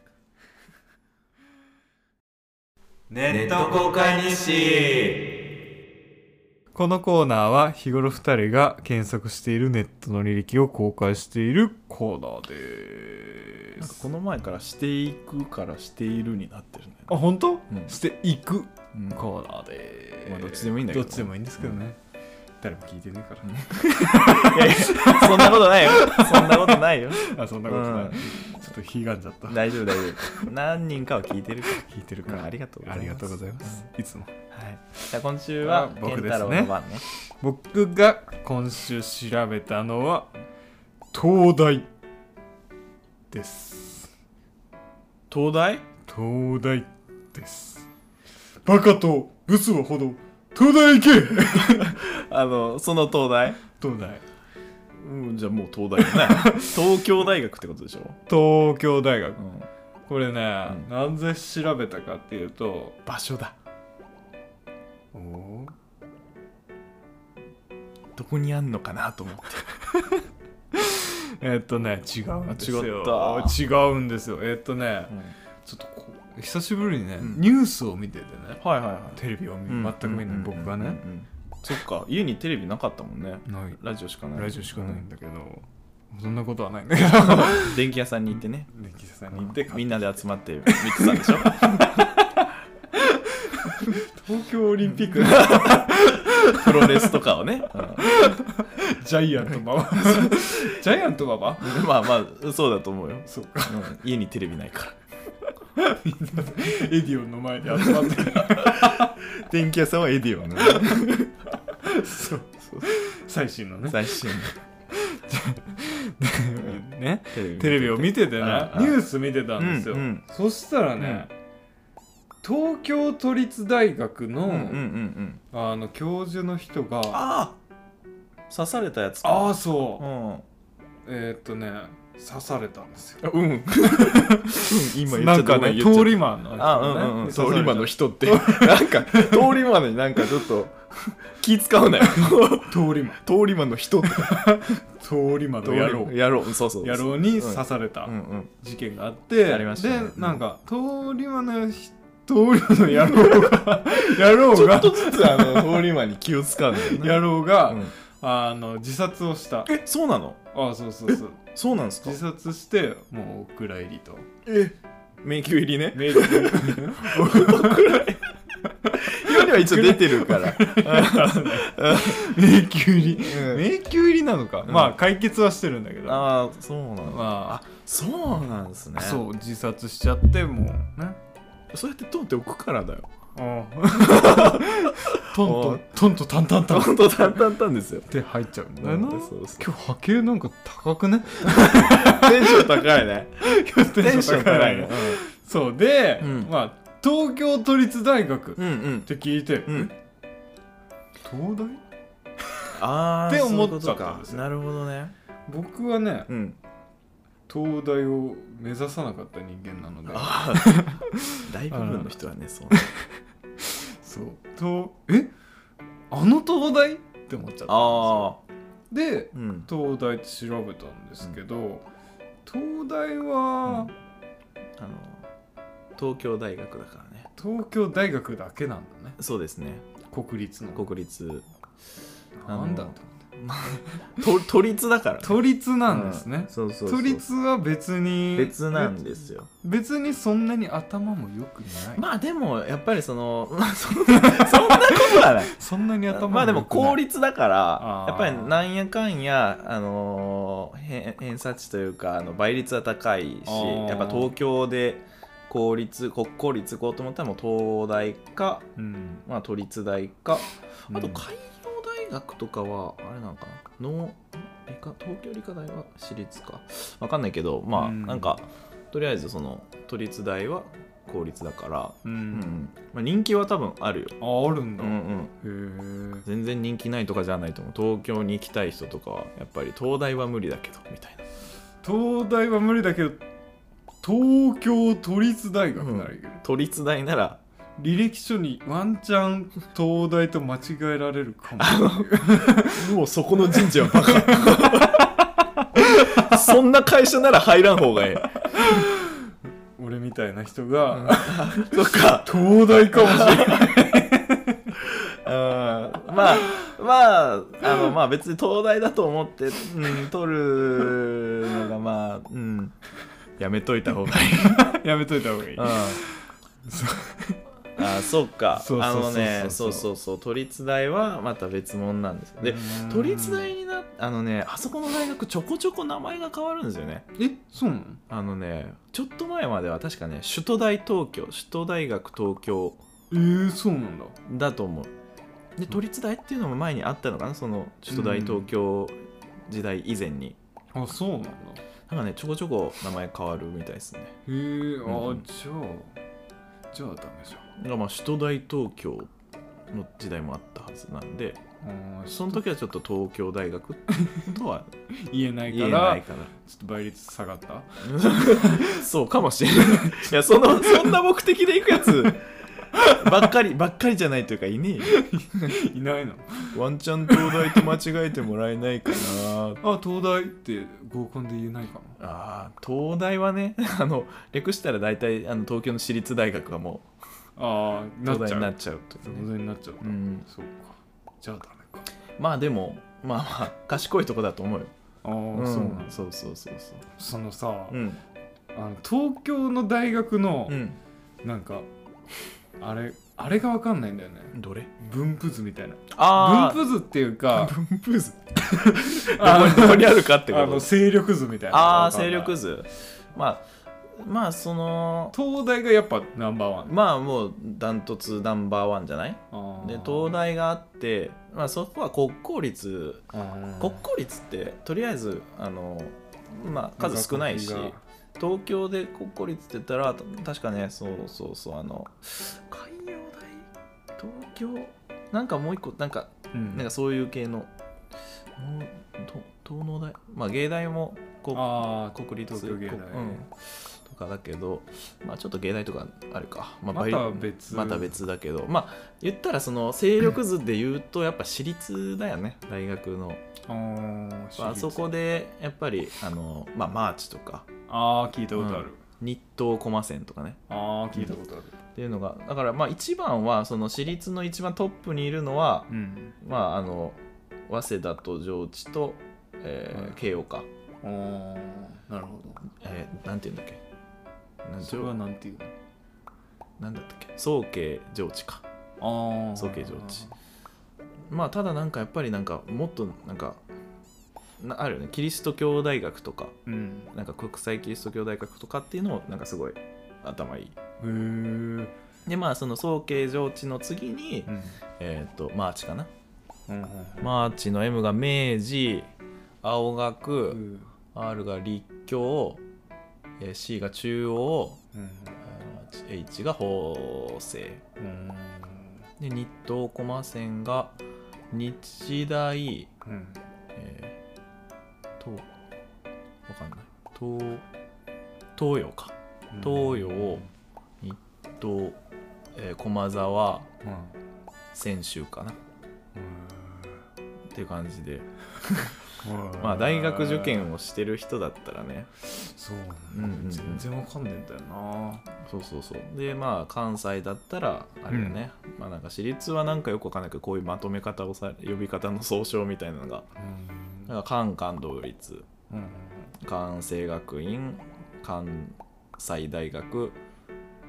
[SPEAKER 1] ネット公開日誌
[SPEAKER 2] このコーナーは日頃2人が検索しているネットの履歴を公開しているコーナーで
[SPEAKER 1] なん
[SPEAKER 2] す
[SPEAKER 1] かこの前からしていくからしているになってるね。
[SPEAKER 2] あ本当、
[SPEAKER 1] ん
[SPEAKER 2] していく
[SPEAKER 1] うん
[SPEAKER 2] コーナーでーす
[SPEAKER 1] まあどっちでもいいんだけど
[SPEAKER 2] どっちでもいいんですけどね、誰も聞いてねえから、
[SPEAKER 1] いやいやそんなことないよ。そんなことない よ。
[SPEAKER 2] あそんなことない、
[SPEAKER 1] うん
[SPEAKER 2] ちょっとひがんじゃった
[SPEAKER 1] 大丈夫大丈夫何人かは聞いてるか、
[SPEAKER 2] 聞いてるからら、
[SPEAKER 1] ありがとうござい
[SPEAKER 2] あ
[SPEAKER 1] ます
[SPEAKER 2] りがとうございます、いつも
[SPEAKER 1] はい、じゃあ今週は
[SPEAKER 2] あ
[SPEAKER 1] 健
[SPEAKER 2] 僕
[SPEAKER 1] 太
[SPEAKER 2] ですね
[SPEAKER 1] 郎の番ね
[SPEAKER 2] 僕が今週調べたのは東大です
[SPEAKER 1] 東大
[SPEAKER 2] 東大ですバカとブスはほど東大行け
[SPEAKER 1] あのその東大
[SPEAKER 2] 東大
[SPEAKER 1] うんじゃあもう東大だね 東京大学ってことでしょ、
[SPEAKER 2] 東京大学
[SPEAKER 1] ん、
[SPEAKER 2] これ
[SPEAKER 1] う
[SPEAKER 2] ね、
[SPEAKER 1] ん
[SPEAKER 2] なんで調べたかっていうと
[SPEAKER 1] 場所だ
[SPEAKER 2] お
[SPEAKER 1] どこにあんのかなと思って
[SPEAKER 2] えっとね違うんですよ
[SPEAKER 1] あ違
[SPEAKER 2] 違うんですよえっとね、ちょっとこう久しぶりにね、
[SPEAKER 1] うん
[SPEAKER 2] ニュースを見ててね
[SPEAKER 1] はいはいはい
[SPEAKER 2] テレビを見
[SPEAKER 1] うん
[SPEAKER 2] 全く見ない、
[SPEAKER 1] うん
[SPEAKER 2] 僕が
[SPEAKER 1] うんうん
[SPEAKER 2] ね、
[SPEAKER 1] うんそっか家にテレビなかったもんね
[SPEAKER 2] ない
[SPEAKER 1] ラジオしかない
[SPEAKER 2] ラジオしかないん
[SPEAKER 1] だ
[SPEAKER 2] だけど、そんなことはないんだけど
[SPEAKER 1] 電気屋さんに行ってね
[SPEAKER 2] ね岸田さんに行って
[SPEAKER 1] みんなで集まって見てたん でしょ
[SPEAKER 2] 東京オリンピ ック
[SPEAKER 1] プロレスとかをね、うん
[SPEAKER 2] ジャイアントママ ジャイアント ママ
[SPEAKER 1] まあまあそうだと思うよ、
[SPEAKER 2] そうか
[SPEAKER 1] うん家にテレビないから
[SPEAKER 2] みんなでエディオンの前で集まって
[SPEAKER 1] 電気屋さんはエディオンのね
[SPEAKER 2] そう最新のね
[SPEAKER 1] 最新の
[SPEAKER 2] ね
[SPEAKER 1] テレビ
[SPEAKER 2] テレビを見ててねニ
[SPEAKER 1] ああ
[SPEAKER 2] ュース見てたんですよ、
[SPEAKER 1] うんうん
[SPEAKER 2] そしたらね、東京都立大学の,、
[SPEAKER 1] うんうんうんうん
[SPEAKER 2] あの教授の人が
[SPEAKER 1] ああ刺されたやつか
[SPEAKER 2] あ
[SPEAKER 1] あ
[SPEAKER 2] あそうう、
[SPEAKER 1] ん
[SPEAKER 2] えーっとね刺されたんですよ
[SPEAKER 1] うん今言っ
[SPEAKER 2] な
[SPEAKER 1] ちゃ
[SPEAKER 2] ん
[SPEAKER 1] った
[SPEAKER 2] か
[SPEAKER 1] ごめ
[SPEAKER 2] ね
[SPEAKER 1] 言っちゃった
[SPEAKER 2] 通り魔の人ね
[SPEAKER 1] あうんうんうん
[SPEAKER 2] 刺
[SPEAKER 1] 通
[SPEAKER 2] された
[SPEAKER 1] り魔の人ってなんか通り魔になんかちょっと気使うな よ
[SPEAKER 2] 通り魔
[SPEAKER 1] 通り魔の人って
[SPEAKER 2] 通り魔の野郎
[SPEAKER 1] やろうそうそう
[SPEAKER 2] 野郎に刺された
[SPEAKER 1] うんうん
[SPEAKER 2] 事件があって
[SPEAKER 1] ありましたね
[SPEAKER 2] でなんか通り魔の人通り魔の野郎が野郎が
[SPEAKER 1] ずつあの通り魔に気を使うのよね
[SPEAKER 2] 野郎が、
[SPEAKER 1] うん
[SPEAKER 2] あの自殺をした
[SPEAKER 1] えそうなの
[SPEAKER 2] ああそうそうそう
[SPEAKER 1] そうなんですか
[SPEAKER 2] 自殺してもうお蔵入りと
[SPEAKER 1] え迷宮入りね
[SPEAKER 2] メイク
[SPEAKER 1] 世には一応出てるから
[SPEAKER 2] 迷宮入り
[SPEAKER 1] うん
[SPEAKER 2] 迷宮入りなのか、
[SPEAKER 1] うん
[SPEAKER 2] まあ解決はしてるんだけ ど
[SPEAKER 1] ああそうなの
[SPEAKER 2] ま
[SPEAKER 1] そうなんですね
[SPEAKER 2] あそう自殺しちゃってもうね
[SPEAKER 1] そうやってトンって置くからだよ
[SPEAKER 2] ああト
[SPEAKER 1] お
[SPEAKER 2] ン
[SPEAKER 1] い
[SPEAKER 2] トントンタンタンタンっ
[SPEAKER 1] 本 当だったんたんですよ
[SPEAKER 2] て入っちゃうんだ
[SPEAKER 1] う
[SPEAKER 2] よな、
[SPEAKER 1] ん
[SPEAKER 2] 今
[SPEAKER 1] そうそう
[SPEAKER 2] 日波形なんか高くね
[SPEAKER 1] テンション高いね
[SPEAKER 2] 今日
[SPEAKER 1] テンション高いね
[SPEAKER 2] そうで、
[SPEAKER 1] うん
[SPEAKER 2] まあ東京都立大学っ
[SPEAKER 1] うんうん
[SPEAKER 2] て聞いて、
[SPEAKER 1] うんうん
[SPEAKER 2] 東大
[SPEAKER 1] ああ
[SPEAKER 2] って思っちゃったんですよ
[SPEAKER 1] なるほどね
[SPEAKER 2] 僕はね
[SPEAKER 1] うん
[SPEAKER 2] 東大を目指さなかった人間なので
[SPEAKER 1] あ あ大部分の人はねそう
[SPEAKER 2] そうとえあの東大って思っちゃったんですよ
[SPEAKER 1] あ
[SPEAKER 2] で
[SPEAKER 1] うん
[SPEAKER 2] 東大って調べたんですけど、東大は
[SPEAKER 1] あの東京大学だからね
[SPEAKER 2] 東京大学だけなんだね
[SPEAKER 1] そうですね
[SPEAKER 2] 国立の
[SPEAKER 1] 国立あの
[SPEAKER 2] なんだと
[SPEAKER 1] 都都立だからね
[SPEAKER 2] 都立なんですね
[SPEAKER 1] うん、そうそうそう
[SPEAKER 2] 都立は別に
[SPEAKER 1] 別なんですよ
[SPEAKER 2] べ別にそんなに頭も良くない、
[SPEAKER 1] まあでもやっぱりその、まあ、 そんなそんなことはない
[SPEAKER 2] そんなに頭も良くない
[SPEAKER 1] まあでも公立だから
[SPEAKER 2] あー
[SPEAKER 1] やっぱりなんやかんや、あのー偏偏差値というかあの倍率は高いし
[SPEAKER 2] あー
[SPEAKER 1] やっぱ東京で公立国公立行こうと思ったらもう東大か、
[SPEAKER 2] うん
[SPEAKER 1] まあ、都立大か
[SPEAKER 2] うん
[SPEAKER 1] あと海洋大学とかはあれなのかな農理科東京理科大は私立かわかんないけどまあ、
[SPEAKER 2] うん
[SPEAKER 1] なんかとりあえずその都立大は公立だから、
[SPEAKER 2] うん、
[SPEAKER 1] うんうんまあ、人気は多分あるよ、
[SPEAKER 2] ああるん
[SPEAKER 1] う
[SPEAKER 2] だ、
[SPEAKER 1] んうん、
[SPEAKER 2] へえ
[SPEAKER 1] 全然人気ないとかじゃないと思う東京に行きたい人とかはやっぱり東大は無理だけどみたいな
[SPEAKER 2] 東大は無理だけど東京都立大学ならいける、
[SPEAKER 1] 都立大なら
[SPEAKER 2] 履歴書にワンチャン東大と間違えられる かも
[SPEAKER 1] もうそこの人事はバカ そんな会社なら入らん方がええ
[SPEAKER 2] 俺みたいな人が、
[SPEAKER 1] そっか
[SPEAKER 2] 東大かもしれ ない
[SPEAKER 1] うんまあまああのまあ別に東大だと思って、うん、取るのがまあうんやめといた方がいい、
[SPEAKER 2] やめといた方がい い
[SPEAKER 1] うん、あーそうか
[SPEAKER 2] そう
[SPEAKER 1] あ
[SPEAKER 2] そうそうそう
[SPEAKER 1] のねそうそうそう都立大はまた別物なんですよで都立大になあのねあそこの大学ちょこちょこ名前が変わるんですよね
[SPEAKER 2] えそうなの
[SPEAKER 1] あのねちょっと前までは確かね首都大東京首都大学東京
[SPEAKER 2] えー、そうなんだ
[SPEAKER 1] だと思うで都立大っていうのも前にあったのかなその首都大東京時代以前に、
[SPEAKER 2] あそうなんだ
[SPEAKER 1] なんかねちょこちょこ名前変わるみたいですね
[SPEAKER 2] へえあ、
[SPEAKER 1] うん
[SPEAKER 2] じゃあじゃあダメじゃ
[SPEAKER 1] だ
[SPEAKER 2] ん
[SPEAKER 1] からまあ首都大東京の時代もあったはずなんで
[SPEAKER 2] あー
[SPEAKER 1] その時はちょっと東京大学とは
[SPEAKER 2] 言えないか
[SPEAKER 1] 言
[SPEAKER 2] ら
[SPEAKER 1] えないから
[SPEAKER 2] ちょっと倍率下がった
[SPEAKER 1] そうかもしれない。いや、その、そんな目的で行くやつ、ばっかり、ばっかりじゃないというか、いねえよ。
[SPEAKER 2] いないの
[SPEAKER 1] ワンチャン東大と間違えてもらえないかな。
[SPEAKER 2] あ東大って合コンで言えないかも
[SPEAKER 1] ああ、東大はね、 あの、略したら大体、あの、東京の私立大学はも
[SPEAKER 2] ああ
[SPEAKER 1] う、
[SPEAKER 2] なっ
[SPEAKER 1] 東大
[SPEAKER 2] ちゃう
[SPEAKER 1] にな
[SPEAKER 2] な
[SPEAKER 1] っちゃうという
[SPEAKER 2] 東
[SPEAKER 1] ね、
[SPEAKER 2] 大になっちゃう、
[SPEAKER 1] うん。
[SPEAKER 2] そうかじゃあダメか
[SPEAKER 1] まあでも、まあまあ、賢いとこだと思うよ。
[SPEAKER 2] ああ、そうなんだ
[SPEAKER 1] そうそうそうそ
[SPEAKER 2] そのさ、
[SPEAKER 1] う。うん。
[SPEAKER 2] あの東京の大学の、
[SPEAKER 1] うん。
[SPEAKER 2] なんかあれあれがわかんないんだよね
[SPEAKER 1] どれ
[SPEAKER 2] 分布図みたいな
[SPEAKER 1] ああ、
[SPEAKER 2] 分布図っていうか
[SPEAKER 1] 分布図。
[SPEAKER 2] あ
[SPEAKER 1] どこにあるかって
[SPEAKER 2] のあ
[SPEAKER 1] こと。
[SPEAKER 2] の勢力図みたいなのが
[SPEAKER 1] ああ
[SPEAKER 2] わ
[SPEAKER 1] ー、
[SPEAKER 2] かんな
[SPEAKER 1] 勢
[SPEAKER 2] い
[SPEAKER 1] 力図。まあ、まあ、その、
[SPEAKER 2] 東大がやっぱナンバーワン
[SPEAKER 1] まあもうダントツナンバーワンじゃない
[SPEAKER 2] あー
[SPEAKER 1] で東大があって、まあ、そこは国公立
[SPEAKER 2] あー
[SPEAKER 1] 国公立ってとりあえずあの、まあ、数少ないし
[SPEAKER 2] 学費が
[SPEAKER 1] 東京で国公立って言ったらた確かねそうそうそうあの海洋大東京なんかもう一個なんか
[SPEAKER 2] うん
[SPEAKER 1] なんかそういう系のもうと東農大まあ芸大もこ
[SPEAKER 2] あー
[SPEAKER 1] 国立
[SPEAKER 2] 東京芸大
[SPEAKER 1] こうんとかだけど、まあ、ちょっと芸大とかあるか、まあ、
[SPEAKER 2] また
[SPEAKER 1] 倍
[SPEAKER 2] 別
[SPEAKER 1] また別だけどまあ言ったらその勢力図で言うとやっぱ私立だよね大学の、
[SPEAKER 2] あー
[SPEAKER 1] あ、そこでやっぱりあの、まあ、マーチとか
[SPEAKER 2] ああ聞いたことある、
[SPEAKER 1] 日東駒線とかね
[SPEAKER 2] ああ聞いたことある
[SPEAKER 1] っていうのがだからまあ一番はその私立の一番トップにいるのは、
[SPEAKER 2] うん、
[SPEAKER 1] まああの早稲田と上智と、えー
[SPEAKER 2] はい
[SPEAKER 1] 慶応か、
[SPEAKER 2] ああなるほ
[SPEAKER 1] えーなんて言うんだっけなん
[SPEAKER 2] ど
[SPEAKER 1] じ
[SPEAKER 2] そ
[SPEAKER 1] ょ
[SPEAKER 2] れはなんていう
[SPEAKER 1] なんだったっけ総慶上智か
[SPEAKER 2] のああ
[SPEAKER 1] 総計上智まあただなんかやっぱりなんかもっとなんかなあるよねキリスト教大学とか
[SPEAKER 2] うん
[SPEAKER 1] なんか国際キリスト教大学とかっていうのもなんかすごい頭いい
[SPEAKER 2] へえ、うん
[SPEAKER 1] でまあその総慶上智の次に、えっ、とマーチかな
[SPEAKER 2] うん
[SPEAKER 1] マーチの M が明治青
[SPEAKER 2] う
[SPEAKER 1] 学、
[SPEAKER 2] ん
[SPEAKER 1] R が立教えー C が中央
[SPEAKER 2] うん
[SPEAKER 1] あー H が法政
[SPEAKER 2] うん
[SPEAKER 1] で日東駒線が日大、
[SPEAKER 2] うん
[SPEAKER 1] えー、東わかんない東東洋か東洋日東、えー駒沢
[SPEAKER 2] うん
[SPEAKER 1] 専修かなっ
[SPEAKER 2] う
[SPEAKER 1] ていう感じで
[SPEAKER 2] ん
[SPEAKER 1] まあ大学受験をしてる人だったらね
[SPEAKER 2] そうなん
[SPEAKER 1] うんうん
[SPEAKER 2] だ、
[SPEAKER 1] うん
[SPEAKER 2] 全然わかんねえんだよな
[SPEAKER 1] そうそうそうでまあ関西だったらあれよね、まあなんか私立はなんかよくわかんないけどこういうまとめ方をさ呼び方の総称みたいなのが
[SPEAKER 2] うん
[SPEAKER 1] なんか関関同立
[SPEAKER 2] うん
[SPEAKER 1] 関西学院関西大学、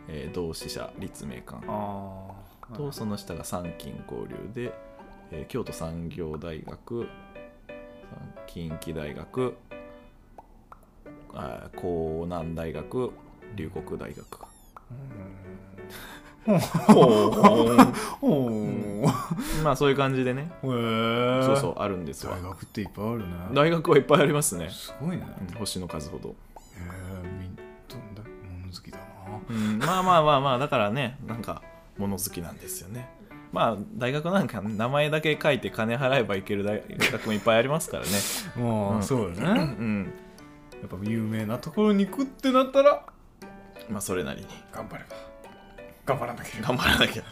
[SPEAKER 1] えー同志社立命館
[SPEAKER 2] ああ
[SPEAKER 1] とその下が三金交流で、えー京都産業大学三近畿大学あー江南大学龍谷大学
[SPEAKER 2] おお
[SPEAKER 1] まあそういう感じでね
[SPEAKER 2] へえ
[SPEAKER 1] そうそうあるんですわ
[SPEAKER 2] 大学っていっぱいあるね
[SPEAKER 1] 大学はいっぱいありますね、
[SPEAKER 2] すごいね
[SPEAKER 1] うん、星の数ほど、
[SPEAKER 2] へえみんどんだ物好きだな
[SPEAKER 1] うん、まあまあまあまあだからねなんか物好きなんですよねまあ大学なんかね名前だけ書いて金払えばいける大学もいっぱいありますからね
[SPEAKER 2] ま
[SPEAKER 1] うん
[SPEAKER 2] あそうだ
[SPEAKER 1] う
[SPEAKER 2] ね
[SPEAKER 1] ん
[SPEAKER 2] やっぱ有名なところに行くってなったら
[SPEAKER 1] まあそれなりに
[SPEAKER 2] 頑張れば頑張らなければ
[SPEAKER 1] 頑張らなき ゃ、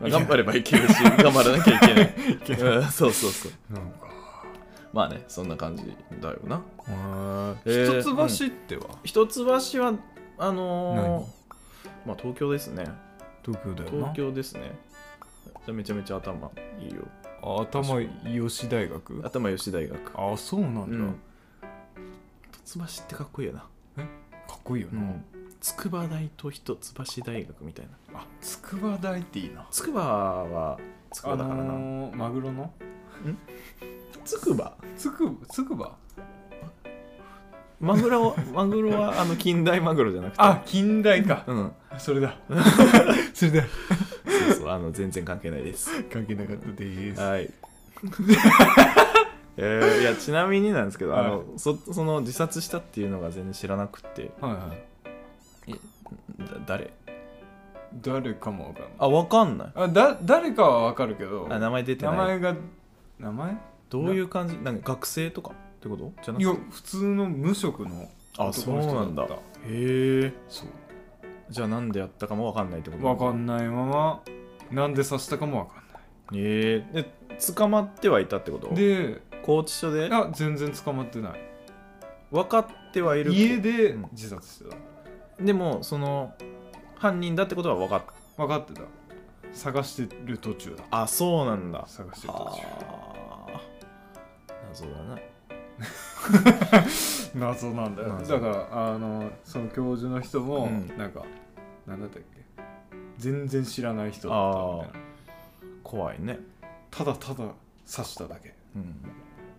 [SPEAKER 1] まあ頑張ればいけるし頑張らなきゃいけないうんそうそうそう
[SPEAKER 2] なんか
[SPEAKER 1] まあねそんな感じだよな
[SPEAKER 2] へ
[SPEAKER 1] へえ
[SPEAKER 2] え一橋っては
[SPEAKER 1] 一橋はあのーまあ東京ですね
[SPEAKER 2] 東京だよな
[SPEAKER 1] 東京ですねめちゃめちゃ頭いいよ
[SPEAKER 2] あ頭吉大学
[SPEAKER 1] 頭良し大学
[SPEAKER 2] あそうなん
[SPEAKER 1] う
[SPEAKER 2] だ、
[SPEAKER 1] ん一橋ってかっこいいよな、
[SPEAKER 2] かっこいいよな、
[SPEAKER 1] 筑波大と一橋大学みたいな
[SPEAKER 2] あ筑波大っていいな
[SPEAKER 1] 筑波は筑波だからな、
[SPEAKER 2] のーマグロの
[SPEAKER 1] 筑波
[SPEAKER 2] つくつくば
[SPEAKER 1] マグロはマグロはあの近代マグロじゃなくて
[SPEAKER 2] あ近代か
[SPEAKER 1] うん
[SPEAKER 2] そ れだそれだ
[SPEAKER 1] そうそうあの全然関係ないです
[SPEAKER 2] 関係なかったです
[SPEAKER 1] はい えーいやちなみになんですけど、あ
[SPEAKER 2] は
[SPEAKER 1] のそその自殺したっていうのが全然知らなくて
[SPEAKER 2] はいはい
[SPEAKER 1] だ誰
[SPEAKER 2] 誰かもわかんない
[SPEAKER 1] あわかんない
[SPEAKER 2] あだ誰かはわかるけど
[SPEAKER 1] あ名前出て
[SPEAKER 2] 名
[SPEAKER 1] ない
[SPEAKER 2] 前が名前
[SPEAKER 1] どういう感じなんか学生とかってことじゃないく
[SPEAKER 2] や
[SPEAKER 1] て
[SPEAKER 2] 普通の無職の
[SPEAKER 1] あ
[SPEAKER 2] 男の人
[SPEAKER 1] そうなんだ
[SPEAKER 2] った
[SPEAKER 1] へえ
[SPEAKER 2] そう
[SPEAKER 1] じゃあなんでやったかもわかんないってこと
[SPEAKER 2] わかんないままなんで刺したかもわかんない
[SPEAKER 1] ええで捕まってはいたってこと
[SPEAKER 2] で
[SPEAKER 1] 拘置所で
[SPEAKER 2] いや全然捕まってない
[SPEAKER 1] 分かってはいる
[SPEAKER 2] 家で
[SPEAKER 1] うん
[SPEAKER 2] 自殺してた
[SPEAKER 1] でもその犯人だってことは分かっ
[SPEAKER 2] 分かってた探してる途中だ
[SPEAKER 1] たあそうなんだ
[SPEAKER 2] 探してる途
[SPEAKER 1] あー謎だな
[SPEAKER 2] 中謎なんだよ
[SPEAKER 1] 謎
[SPEAKER 2] だからあのその教授の人も、
[SPEAKER 1] うん
[SPEAKER 2] なんかなんだったっけ全然知らない人だったみたいな
[SPEAKER 1] 怖いね
[SPEAKER 2] ただただ刺しただけ
[SPEAKER 1] うん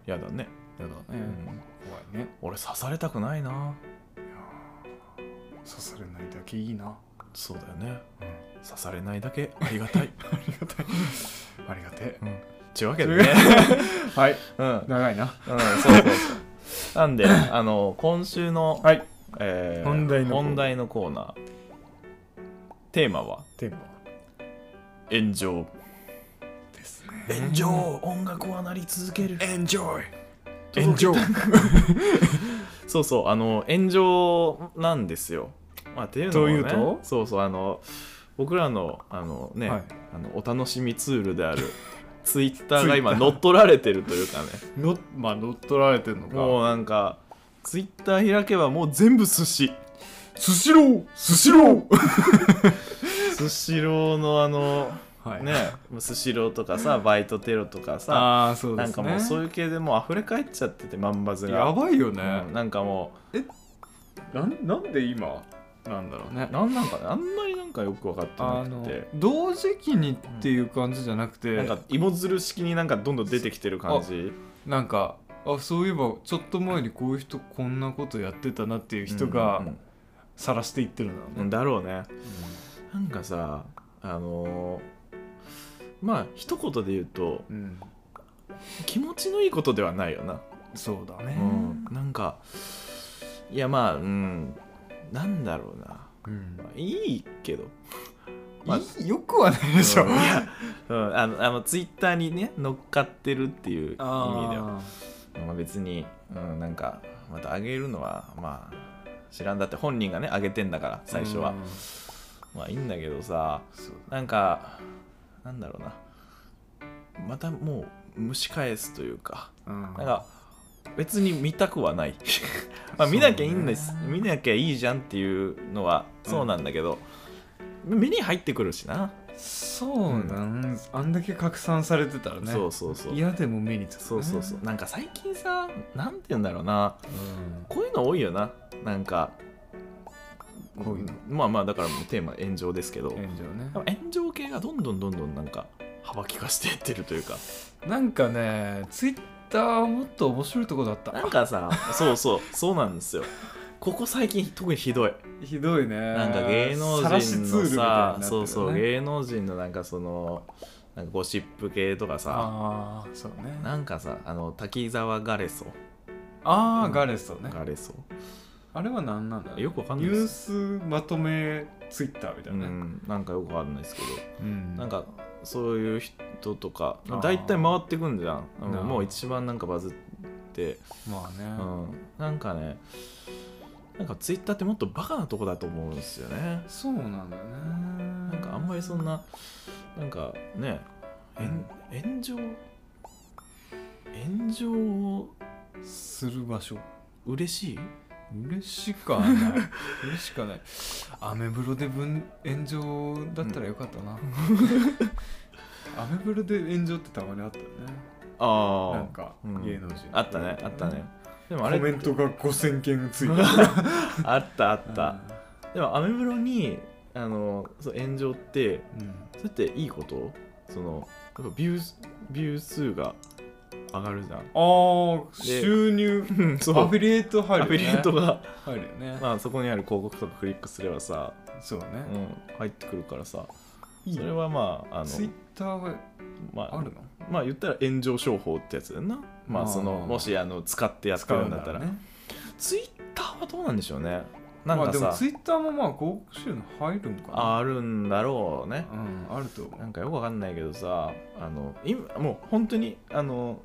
[SPEAKER 1] やだね
[SPEAKER 2] やだね、
[SPEAKER 1] うん
[SPEAKER 2] 怖いね
[SPEAKER 1] 俺刺されたくないない
[SPEAKER 2] やー刺されないだけい いな、
[SPEAKER 1] そうだよね
[SPEAKER 2] うん、
[SPEAKER 1] 刺されないだけありがた い
[SPEAKER 2] ありがて
[SPEAKER 1] うんちゅうわけでね
[SPEAKER 2] えはい
[SPEAKER 1] うんうん
[SPEAKER 2] 長いな
[SPEAKER 1] そうそうそうなんであの今週の
[SPEAKER 2] はい
[SPEAKER 1] えー
[SPEAKER 2] 本題のコーナー
[SPEAKER 1] 本題のコーナーテーマは
[SPEAKER 2] テーマは
[SPEAKER 1] 炎上
[SPEAKER 2] ですね
[SPEAKER 1] 炎上音楽は鳴り続ける
[SPEAKER 2] エンジョイ
[SPEAKER 1] 届けた
[SPEAKER 2] 炎上
[SPEAKER 1] そうそうあの炎上なんですよ、まあ、っていうのも、ね、
[SPEAKER 2] というと
[SPEAKER 1] そうそうあの僕らのあの、ね
[SPEAKER 2] はい
[SPEAKER 1] あのお楽しみツールであ るツイッターが今
[SPEAKER 2] Twitter
[SPEAKER 1] 乗っ取られてるというかね
[SPEAKER 2] のまあ乗っ取られてんの
[SPEAKER 1] もうなんかツイッター開けばもう全部寿司
[SPEAKER 2] スシロースシロー
[SPEAKER 1] スシローのあ の
[SPEAKER 2] はい
[SPEAKER 1] ねスシローとかさバイトテロとかさ
[SPEAKER 2] ああそうで
[SPEAKER 1] なん
[SPEAKER 2] す
[SPEAKER 1] か
[SPEAKER 2] ね
[SPEAKER 1] もうそういう系でもう溢れ返っちゃっててまんばずが
[SPEAKER 2] やばいよね
[SPEAKER 1] うん、なんかも
[SPEAKER 2] なんなんで今なんだろうね
[SPEAKER 1] うなんなんかねあんまりなんかよく分かってな
[SPEAKER 2] あの
[SPEAKER 1] くて
[SPEAKER 2] 同時期にっていう感じじゃなくて、
[SPEAKER 1] なんか芋づる式になんかどんどん出てきてる感じ
[SPEAKER 2] なんかあそういえばちょっと前にこういう人こんなことやってたなっていう人
[SPEAKER 1] うんう
[SPEAKER 2] が
[SPEAKER 1] ん
[SPEAKER 2] さらしていってるんだろ
[SPEAKER 1] う
[SPEAKER 2] うん
[SPEAKER 1] だ
[SPEAKER 2] ね、
[SPEAKER 1] ろうねなんかさあのーまあ一言で言うと
[SPEAKER 2] うん
[SPEAKER 1] 気持ちのいいことではないよな、
[SPEAKER 2] そうだね、
[SPEAKER 1] うん、なんかいやまあうんなんだろうな、
[SPEAKER 2] うん
[SPEAKER 1] まあ、いいけどまあ
[SPEAKER 2] いいよくはないでしょ、
[SPEAKER 1] うんいや、うん、あのあのツイッターにね乗っかってるっていう意味では、
[SPEAKER 2] あ
[SPEAKER 1] まあ、別に、うん、なんかまた上げるのはまあ知らんだって本人がね上げてんだから
[SPEAKER 2] ー
[SPEAKER 1] 最初は、
[SPEAKER 2] うん
[SPEAKER 1] まあいいんだけどさ
[SPEAKER 2] そう
[SPEAKER 1] なんかなんだろうなまたもう蒸し返すというか
[SPEAKER 2] うん
[SPEAKER 1] なんか別に見たくはない まあ
[SPEAKER 2] そうね
[SPEAKER 1] 見なきゃいいんです、見なきゃいいじゃんっていうのはそうなんだけど、目に入ってくるしな、
[SPEAKER 2] そうなん、あんだけ拡散されてたらね
[SPEAKER 1] そうそうそう
[SPEAKER 2] 嫌でも目につく、ね、
[SPEAKER 1] そうそうそう、なんか最近さなんて言うんだろうな
[SPEAKER 2] うん
[SPEAKER 1] こういうの多いよななんか
[SPEAKER 2] こういうの
[SPEAKER 1] まあまあだからもうテーマ炎上ですけど
[SPEAKER 2] 炎上ね
[SPEAKER 1] でも炎上系がどんどんどんどんなんか幅利かしていってるというか
[SPEAKER 2] なんかねツイッターもっと面白いとこだった
[SPEAKER 1] なんかさそうそうそうなんですよここ最近特にひどい
[SPEAKER 2] ひどいね
[SPEAKER 1] なんか芸能
[SPEAKER 2] 晒し
[SPEAKER 1] 人
[SPEAKER 2] ツー
[SPEAKER 1] の
[SPEAKER 2] ルみた
[SPEAKER 1] さ
[SPEAKER 2] いになってるよね
[SPEAKER 1] そうそう芸能人のなんかそのなんかゴシップ系とかさ
[SPEAKER 2] ああそうね
[SPEAKER 1] なんかさあの滝沢ガレソ
[SPEAKER 2] ああガレストね
[SPEAKER 1] ガレソ
[SPEAKER 2] あれは何なんだ
[SPEAKER 1] よくわかん
[SPEAKER 2] ニ
[SPEAKER 1] ない
[SPEAKER 2] ュ
[SPEAKER 1] で
[SPEAKER 2] ー
[SPEAKER 1] す
[SPEAKER 2] スまとめツイッターみたいうなね、
[SPEAKER 1] んなんかよくわかんないですけど
[SPEAKER 2] うん
[SPEAKER 1] なんかそういう人とか
[SPEAKER 2] あー
[SPEAKER 1] 大体回ってくんじゃんうん
[SPEAKER 2] なあ
[SPEAKER 1] もう一番なんかバズって、
[SPEAKER 2] まあね、
[SPEAKER 1] うん、なんかねなんかツイッターってもっとバカなとこだと思うんですよね
[SPEAKER 2] そうなんだよね
[SPEAKER 1] な
[SPEAKER 2] な
[SPEAKER 1] んかあんまりそんななんかねえん炎上炎上を
[SPEAKER 2] する場所
[SPEAKER 1] 嬉しい
[SPEAKER 2] 嬉しかない 嬉しかないアメブロで分炎上だったらよかった な、アメブロで炎上ってたまにあったよね
[SPEAKER 1] あ
[SPEAKER 2] なんか
[SPEAKER 1] うん
[SPEAKER 2] 芸能人
[SPEAKER 1] あったねあったねでも
[SPEAKER 2] コ
[SPEAKER 1] あれ
[SPEAKER 2] メントが5000件ついてた
[SPEAKER 1] あったあ ったでもアメブロにあのそう炎上って
[SPEAKER 2] うん
[SPEAKER 1] それっていいことそのやっぱビュースビュー数が上がるじゃん
[SPEAKER 2] あー
[SPEAKER 1] で
[SPEAKER 2] 収入
[SPEAKER 1] そう
[SPEAKER 2] ア
[SPEAKER 1] ア
[SPEAKER 2] フィリエイト入るよね
[SPEAKER 1] フィリエイトが、
[SPEAKER 2] 入るよね、
[SPEAKER 1] まあ、そこにある広告とかクリックすればさ、
[SPEAKER 2] そう
[SPEAKER 1] う
[SPEAKER 2] ね、
[SPEAKER 1] ん、入ってくるからさ
[SPEAKER 2] いい
[SPEAKER 1] それはまああ
[SPEAKER 2] ツイ
[SPEAKER 1] の
[SPEAKER 2] ッ、ターは
[SPEAKER 1] ま
[SPEAKER 2] あ
[SPEAKER 1] あ
[SPEAKER 2] るの
[SPEAKER 1] まあ、言ったら炎上商法ってやつだよな、ま
[SPEAKER 2] あ
[SPEAKER 1] あ、
[SPEAKER 2] ー
[SPEAKER 1] そのもしあの使ってやってるんだったら
[SPEAKER 2] ね
[SPEAKER 1] ツイッターはどうなんでしょうねなん
[SPEAKER 2] まあ
[SPEAKER 1] か
[SPEAKER 2] で
[SPEAKER 1] さ、
[SPEAKER 2] もツイッターもまあ広告収入入るんかな
[SPEAKER 1] あるんだろうね
[SPEAKER 2] うんあると思
[SPEAKER 1] な
[SPEAKER 2] うん
[SPEAKER 1] かよくわかんないけどさあの今もう本当にあの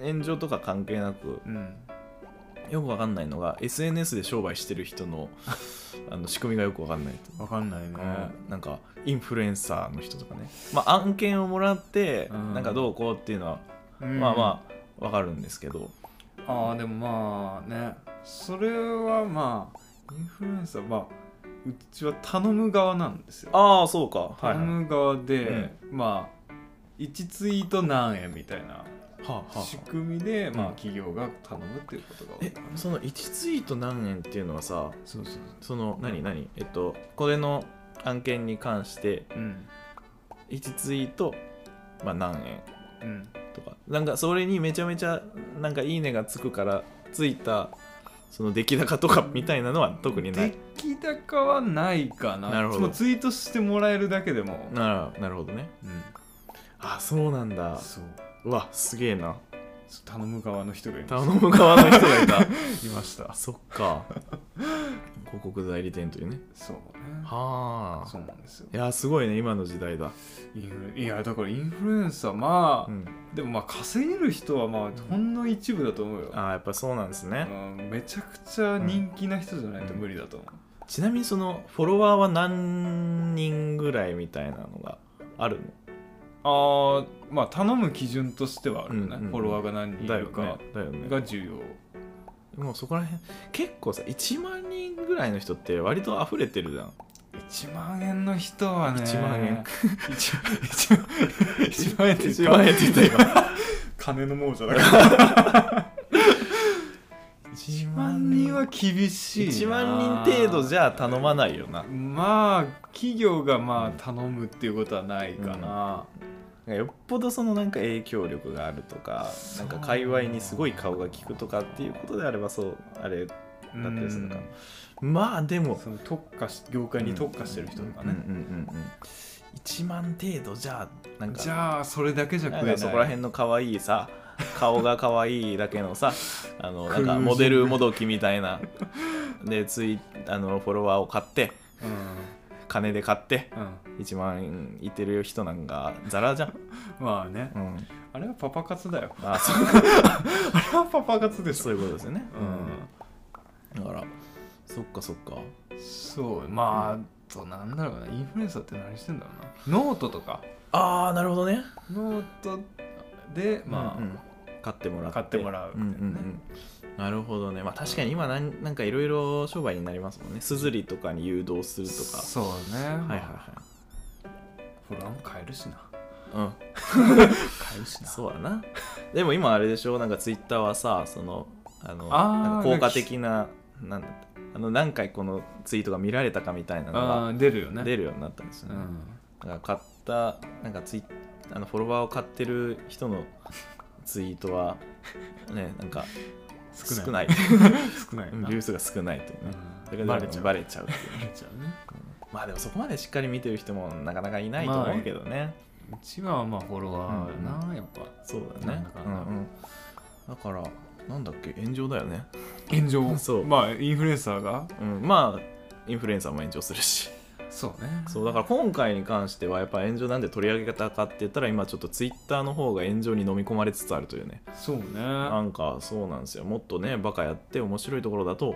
[SPEAKER 1] 炎上とか関係なく
[SPEAKER 2] うん
[SPEAKER 1] よくわかんないのが SNS で商売してる人 のあの仕組みがよくわかんないと、
[SPEAKER 2] わかんないね
[SPEAKER 1] うんなんかインフルエンサーの人とかね、まあ、案件をもらって
[SPEAKER 2] うん
[SPEAKER 1] なんかどうこうっていうのは、
[SPEAKER 2] うん
[SPEAKER 1] まあまあわかるんですけど、
[SPEAKER 2] ああでもまあねそれはまあインフルエンサーまあうちは頼む側なんですよ
[SPEAKER 1] ああそうかはい
[SPEAKER 2] 頼
[SPEAKER 1] はい、は
[SPEAKER 2] む側で、まあ1ツイート何円みたいな
[SPEAKER 1] あはあは
[SPEAKER 2] 仕
[SPEAKER 1] あ
[SPEAKER 2] 組みで、まあ
[SPEAKER 1] うん
[SPEAKER 2] 企業が頼むっていうことが多い
[SPEAKER 1] え
[SPEAKER 2] かな
[SPEAKER 1] その1ツイート何円っていうのはさ
[SPEAKER 2] そうそう
[SPEAKER 1] その何何えっとこれの案件に関して
[SPEAKER 2] そううん
[SPEAKER 1] 1ツイート、まあ、何円
[SPEAKER 2] うん
[SPEAKER 1] とかなんかそれにめちゃめちゃなんかいいねがつくからついたその出来高とかみたいなのは特にない
[SPEAKER 2] 出来高はないかな
[SPEAKER 1] なるほど
[SPEAKER 2] そのツイートしてもらえるだけでも、
[SPEAKER 1] なるなるほどね
[SPEAKER 2] うん、
[SPEAKER 1] あそうなんだ
[SPEAKER 2] そう
[SPEAKER 1] うわすげえな
[SPEAKER 2] そう頼む側の人がいま
[SPEAKER 1] 頼む側の人がいた
[SPEAKER 2] いました
[SPEAKER 1] そっか広告代理店というね
[SPEAKER 2] そうね
[SPEAKER 1] は
[SPEAKER 2] そ
[SPEAKER 1] あ
[SPEAKER 2] うなんですよ
[SPEAKER 1] いやーすごいね今の時代だ、
[SPEAKER 2] インフルいやだからインフルエンサーまあ、
[SPEAKER 1] うん、
[SPEAKER 2] でもまあ稼げる人はまあほんの一部だと思うよ、
[SPEAKER 1] ああやっぱそうなんですね、
[SPEAKER 2] うんめちゃくちゃ人気な人じゃないと無理だと思う、
[SPEAKER 1] ちなみにそのフォロワーは何人ぐらいみたいなのがある
[SPEAKER 2] ああまあ頼む基準としてはあるよね、
[SPEAKER 1] うんうんうん
[SPEAKER 2] フォロワーが何人
[SPEAKER 1] の
[SPEAKER 2] い
[SPEAKER 1] だ
[SPEAKER 2] る
[SPEAKER 1] よ
[SPEAKER 2] か
[SPEAKER 1] ねだよね
[SPEAKER 2] が重要、
[SPEAKER 1] もうそこら辺結構さ1万人ぐらいの人って割と溢れてるじゃん
[SPEAKER 2] 1万円の人はね
[SPEAKER 1] 1万円
[SPEAKER 2] 1, 万円って言った
[SPEAKER 1] 1万円って言った 今
[SPEAKER 2] 金の亡者だから
[SPEAKER 1] 1
[SPEAKER 2] 1万人は厳しいな
[SPEAKER 1] 1万人程度じゃ頼まないよな
[SPEAKER 2] まあ企業がまあ頼むっていうことはないかな、
[SPEAKER 1] よっぽどそのなんか影響力があるとかなんか界隈にすごい顔が利くとかっていうことであればそうあれだ
[SPEAKER 2] うん
[SPEAKER 1] ったりするのかまあでも
[SPEAKER 2] その特化し業界に特化してる人と
[SPEAKER 1] う
[SPEAKER 2] かね、
[SPEAKER 1] んうんうんうん1万程度じゃなんか
[SPEAKER 2] じゃあそれだけじゃ
[SPEAKER 1] なん
[SPEAKER 2] 食えな
[SPEAKER 1] かそ
[SPEAKER 2] い
[SPEAKER 1] こら辺の可愛いさ顔が可愛いだけの さあのなん
[SPEAKER 2] クルー
[SPEAKER 1] か
[SPEAKER 2] ジング
[SPEAKER 1] モデルもどきみたいなでツイあのフォロワーを買って
[SPEAKER 2] う
[SPEAKER 1] 金で買って
[SPEAKER 2] ん、うん、
[SPEAKER 1] 1万円いってる人なんかザラじゃん、
[SPEAKER 2] まあね
[SPEAKER 1] うん、
[SPEAKER 2] あれはパパ活だよ
[SPEAKER 1] あそう
[SPEAKER 2] あれはパパ活でしょ
[SPEAKER 1] そういうことですよね、
[SPEAKER 2] う
[SPEAKER 1] うん、だからそっかそっか
[SPEAKER 2] んそうまああとなんだろうなインフルエンサーって何してんだろうなノートとか
[SPEAKER 1] ああなるほどね
[SPEAKER 2] ノートでまあ、
[SPEAKER 1] うんうん買ってもらって
[SPEAKER 2] 買ってもらうみ
[SPEAKER 1] ん
[SPEAKER 2] た
[SPEAKER 1] う
[SPEAKER 2] い
[SPEAKER 1] ん
[SPEAKER 2] なね
[SPEAKER 1] うんなるほどねまあ確かに今なんなんかいろいろ商売になりますもんねすずりとかに誘導するとか
[SPEAKER 2] そうね
[SPEAKER 1] はいはい
[SPEAKER 2] まあ
[SPEAKER 1] は
[SPEAKER 2] フォロワーも買えるしない
[SPEAKER 1] うん
[SPEAKER 2] 買えるしな
[SPEAKER 1] そうだなでも今あれでしょなんかツイッターはさそのあの
[SPEAKER 2] あー
[SPEAKER 1] なんか効果的ななんだったあの何回このツイートが見られたかみたいなの
[SPEAKER 2] あ
[SPEAKER 1] が
[SPEAKER 2] ー出るよね
[SPEAKER 1] 出
[SPEAKER 2] る
[SPEAKER 1] るようになったんですよね、
[SPEAKER 2] うん
[SPEAKER 1] だから買ったなんかツイあのフォロワーを買ってる人のツイートはねなんか
[SPEAKER 2] 少ない
[SPEAKER 1] 少ない
[SPEAKER 2] 少ない
[SPEAKER 1] うん
[SPEAKER 2] な
[SPEAKER 1] ビュー数が少ないというね、それ
[SPEAKER 2] う
[SPEAKER 1] が
[SPEAKER 2] んバレちゃう
[SPEAKER 1] バレちゃうっていう
[SPEAKER 2] バレちゃうね
[SPEAKER 1] まあでもそこまでしっかり見てる人もなかなかいないと思うけどね、
[SPEAKER 2] うちはまあフォロワーやなやっぱ
[SPEAKER 1] そうだ
[SPEAKER 2] な
[SPEAKER 1] ね
[SPEAKER 2] んだかんだ
[SPEAKER 1] うんうん、だからなんだっけ炎上だよね
[SPEAKER 2] 炎上
[SPEAKER 1] そう
[SPEAKER 2] まあインフルエンサーが
[SPEAKER 1] うん、まあインフルエンサーも炎上する し
[SPEAKER 2] そうね
[SPEAKER 1] そうだから今回に関してはやっぱ炎上なんで取り上げ方かって言ったら今ちょっとツイッターの方が炎上に飲み込まれつつあるというね
[SPEAKER 2] そうね
[SPEAKER 1] なんかそうなんですよもっとねバカやって面白いところだと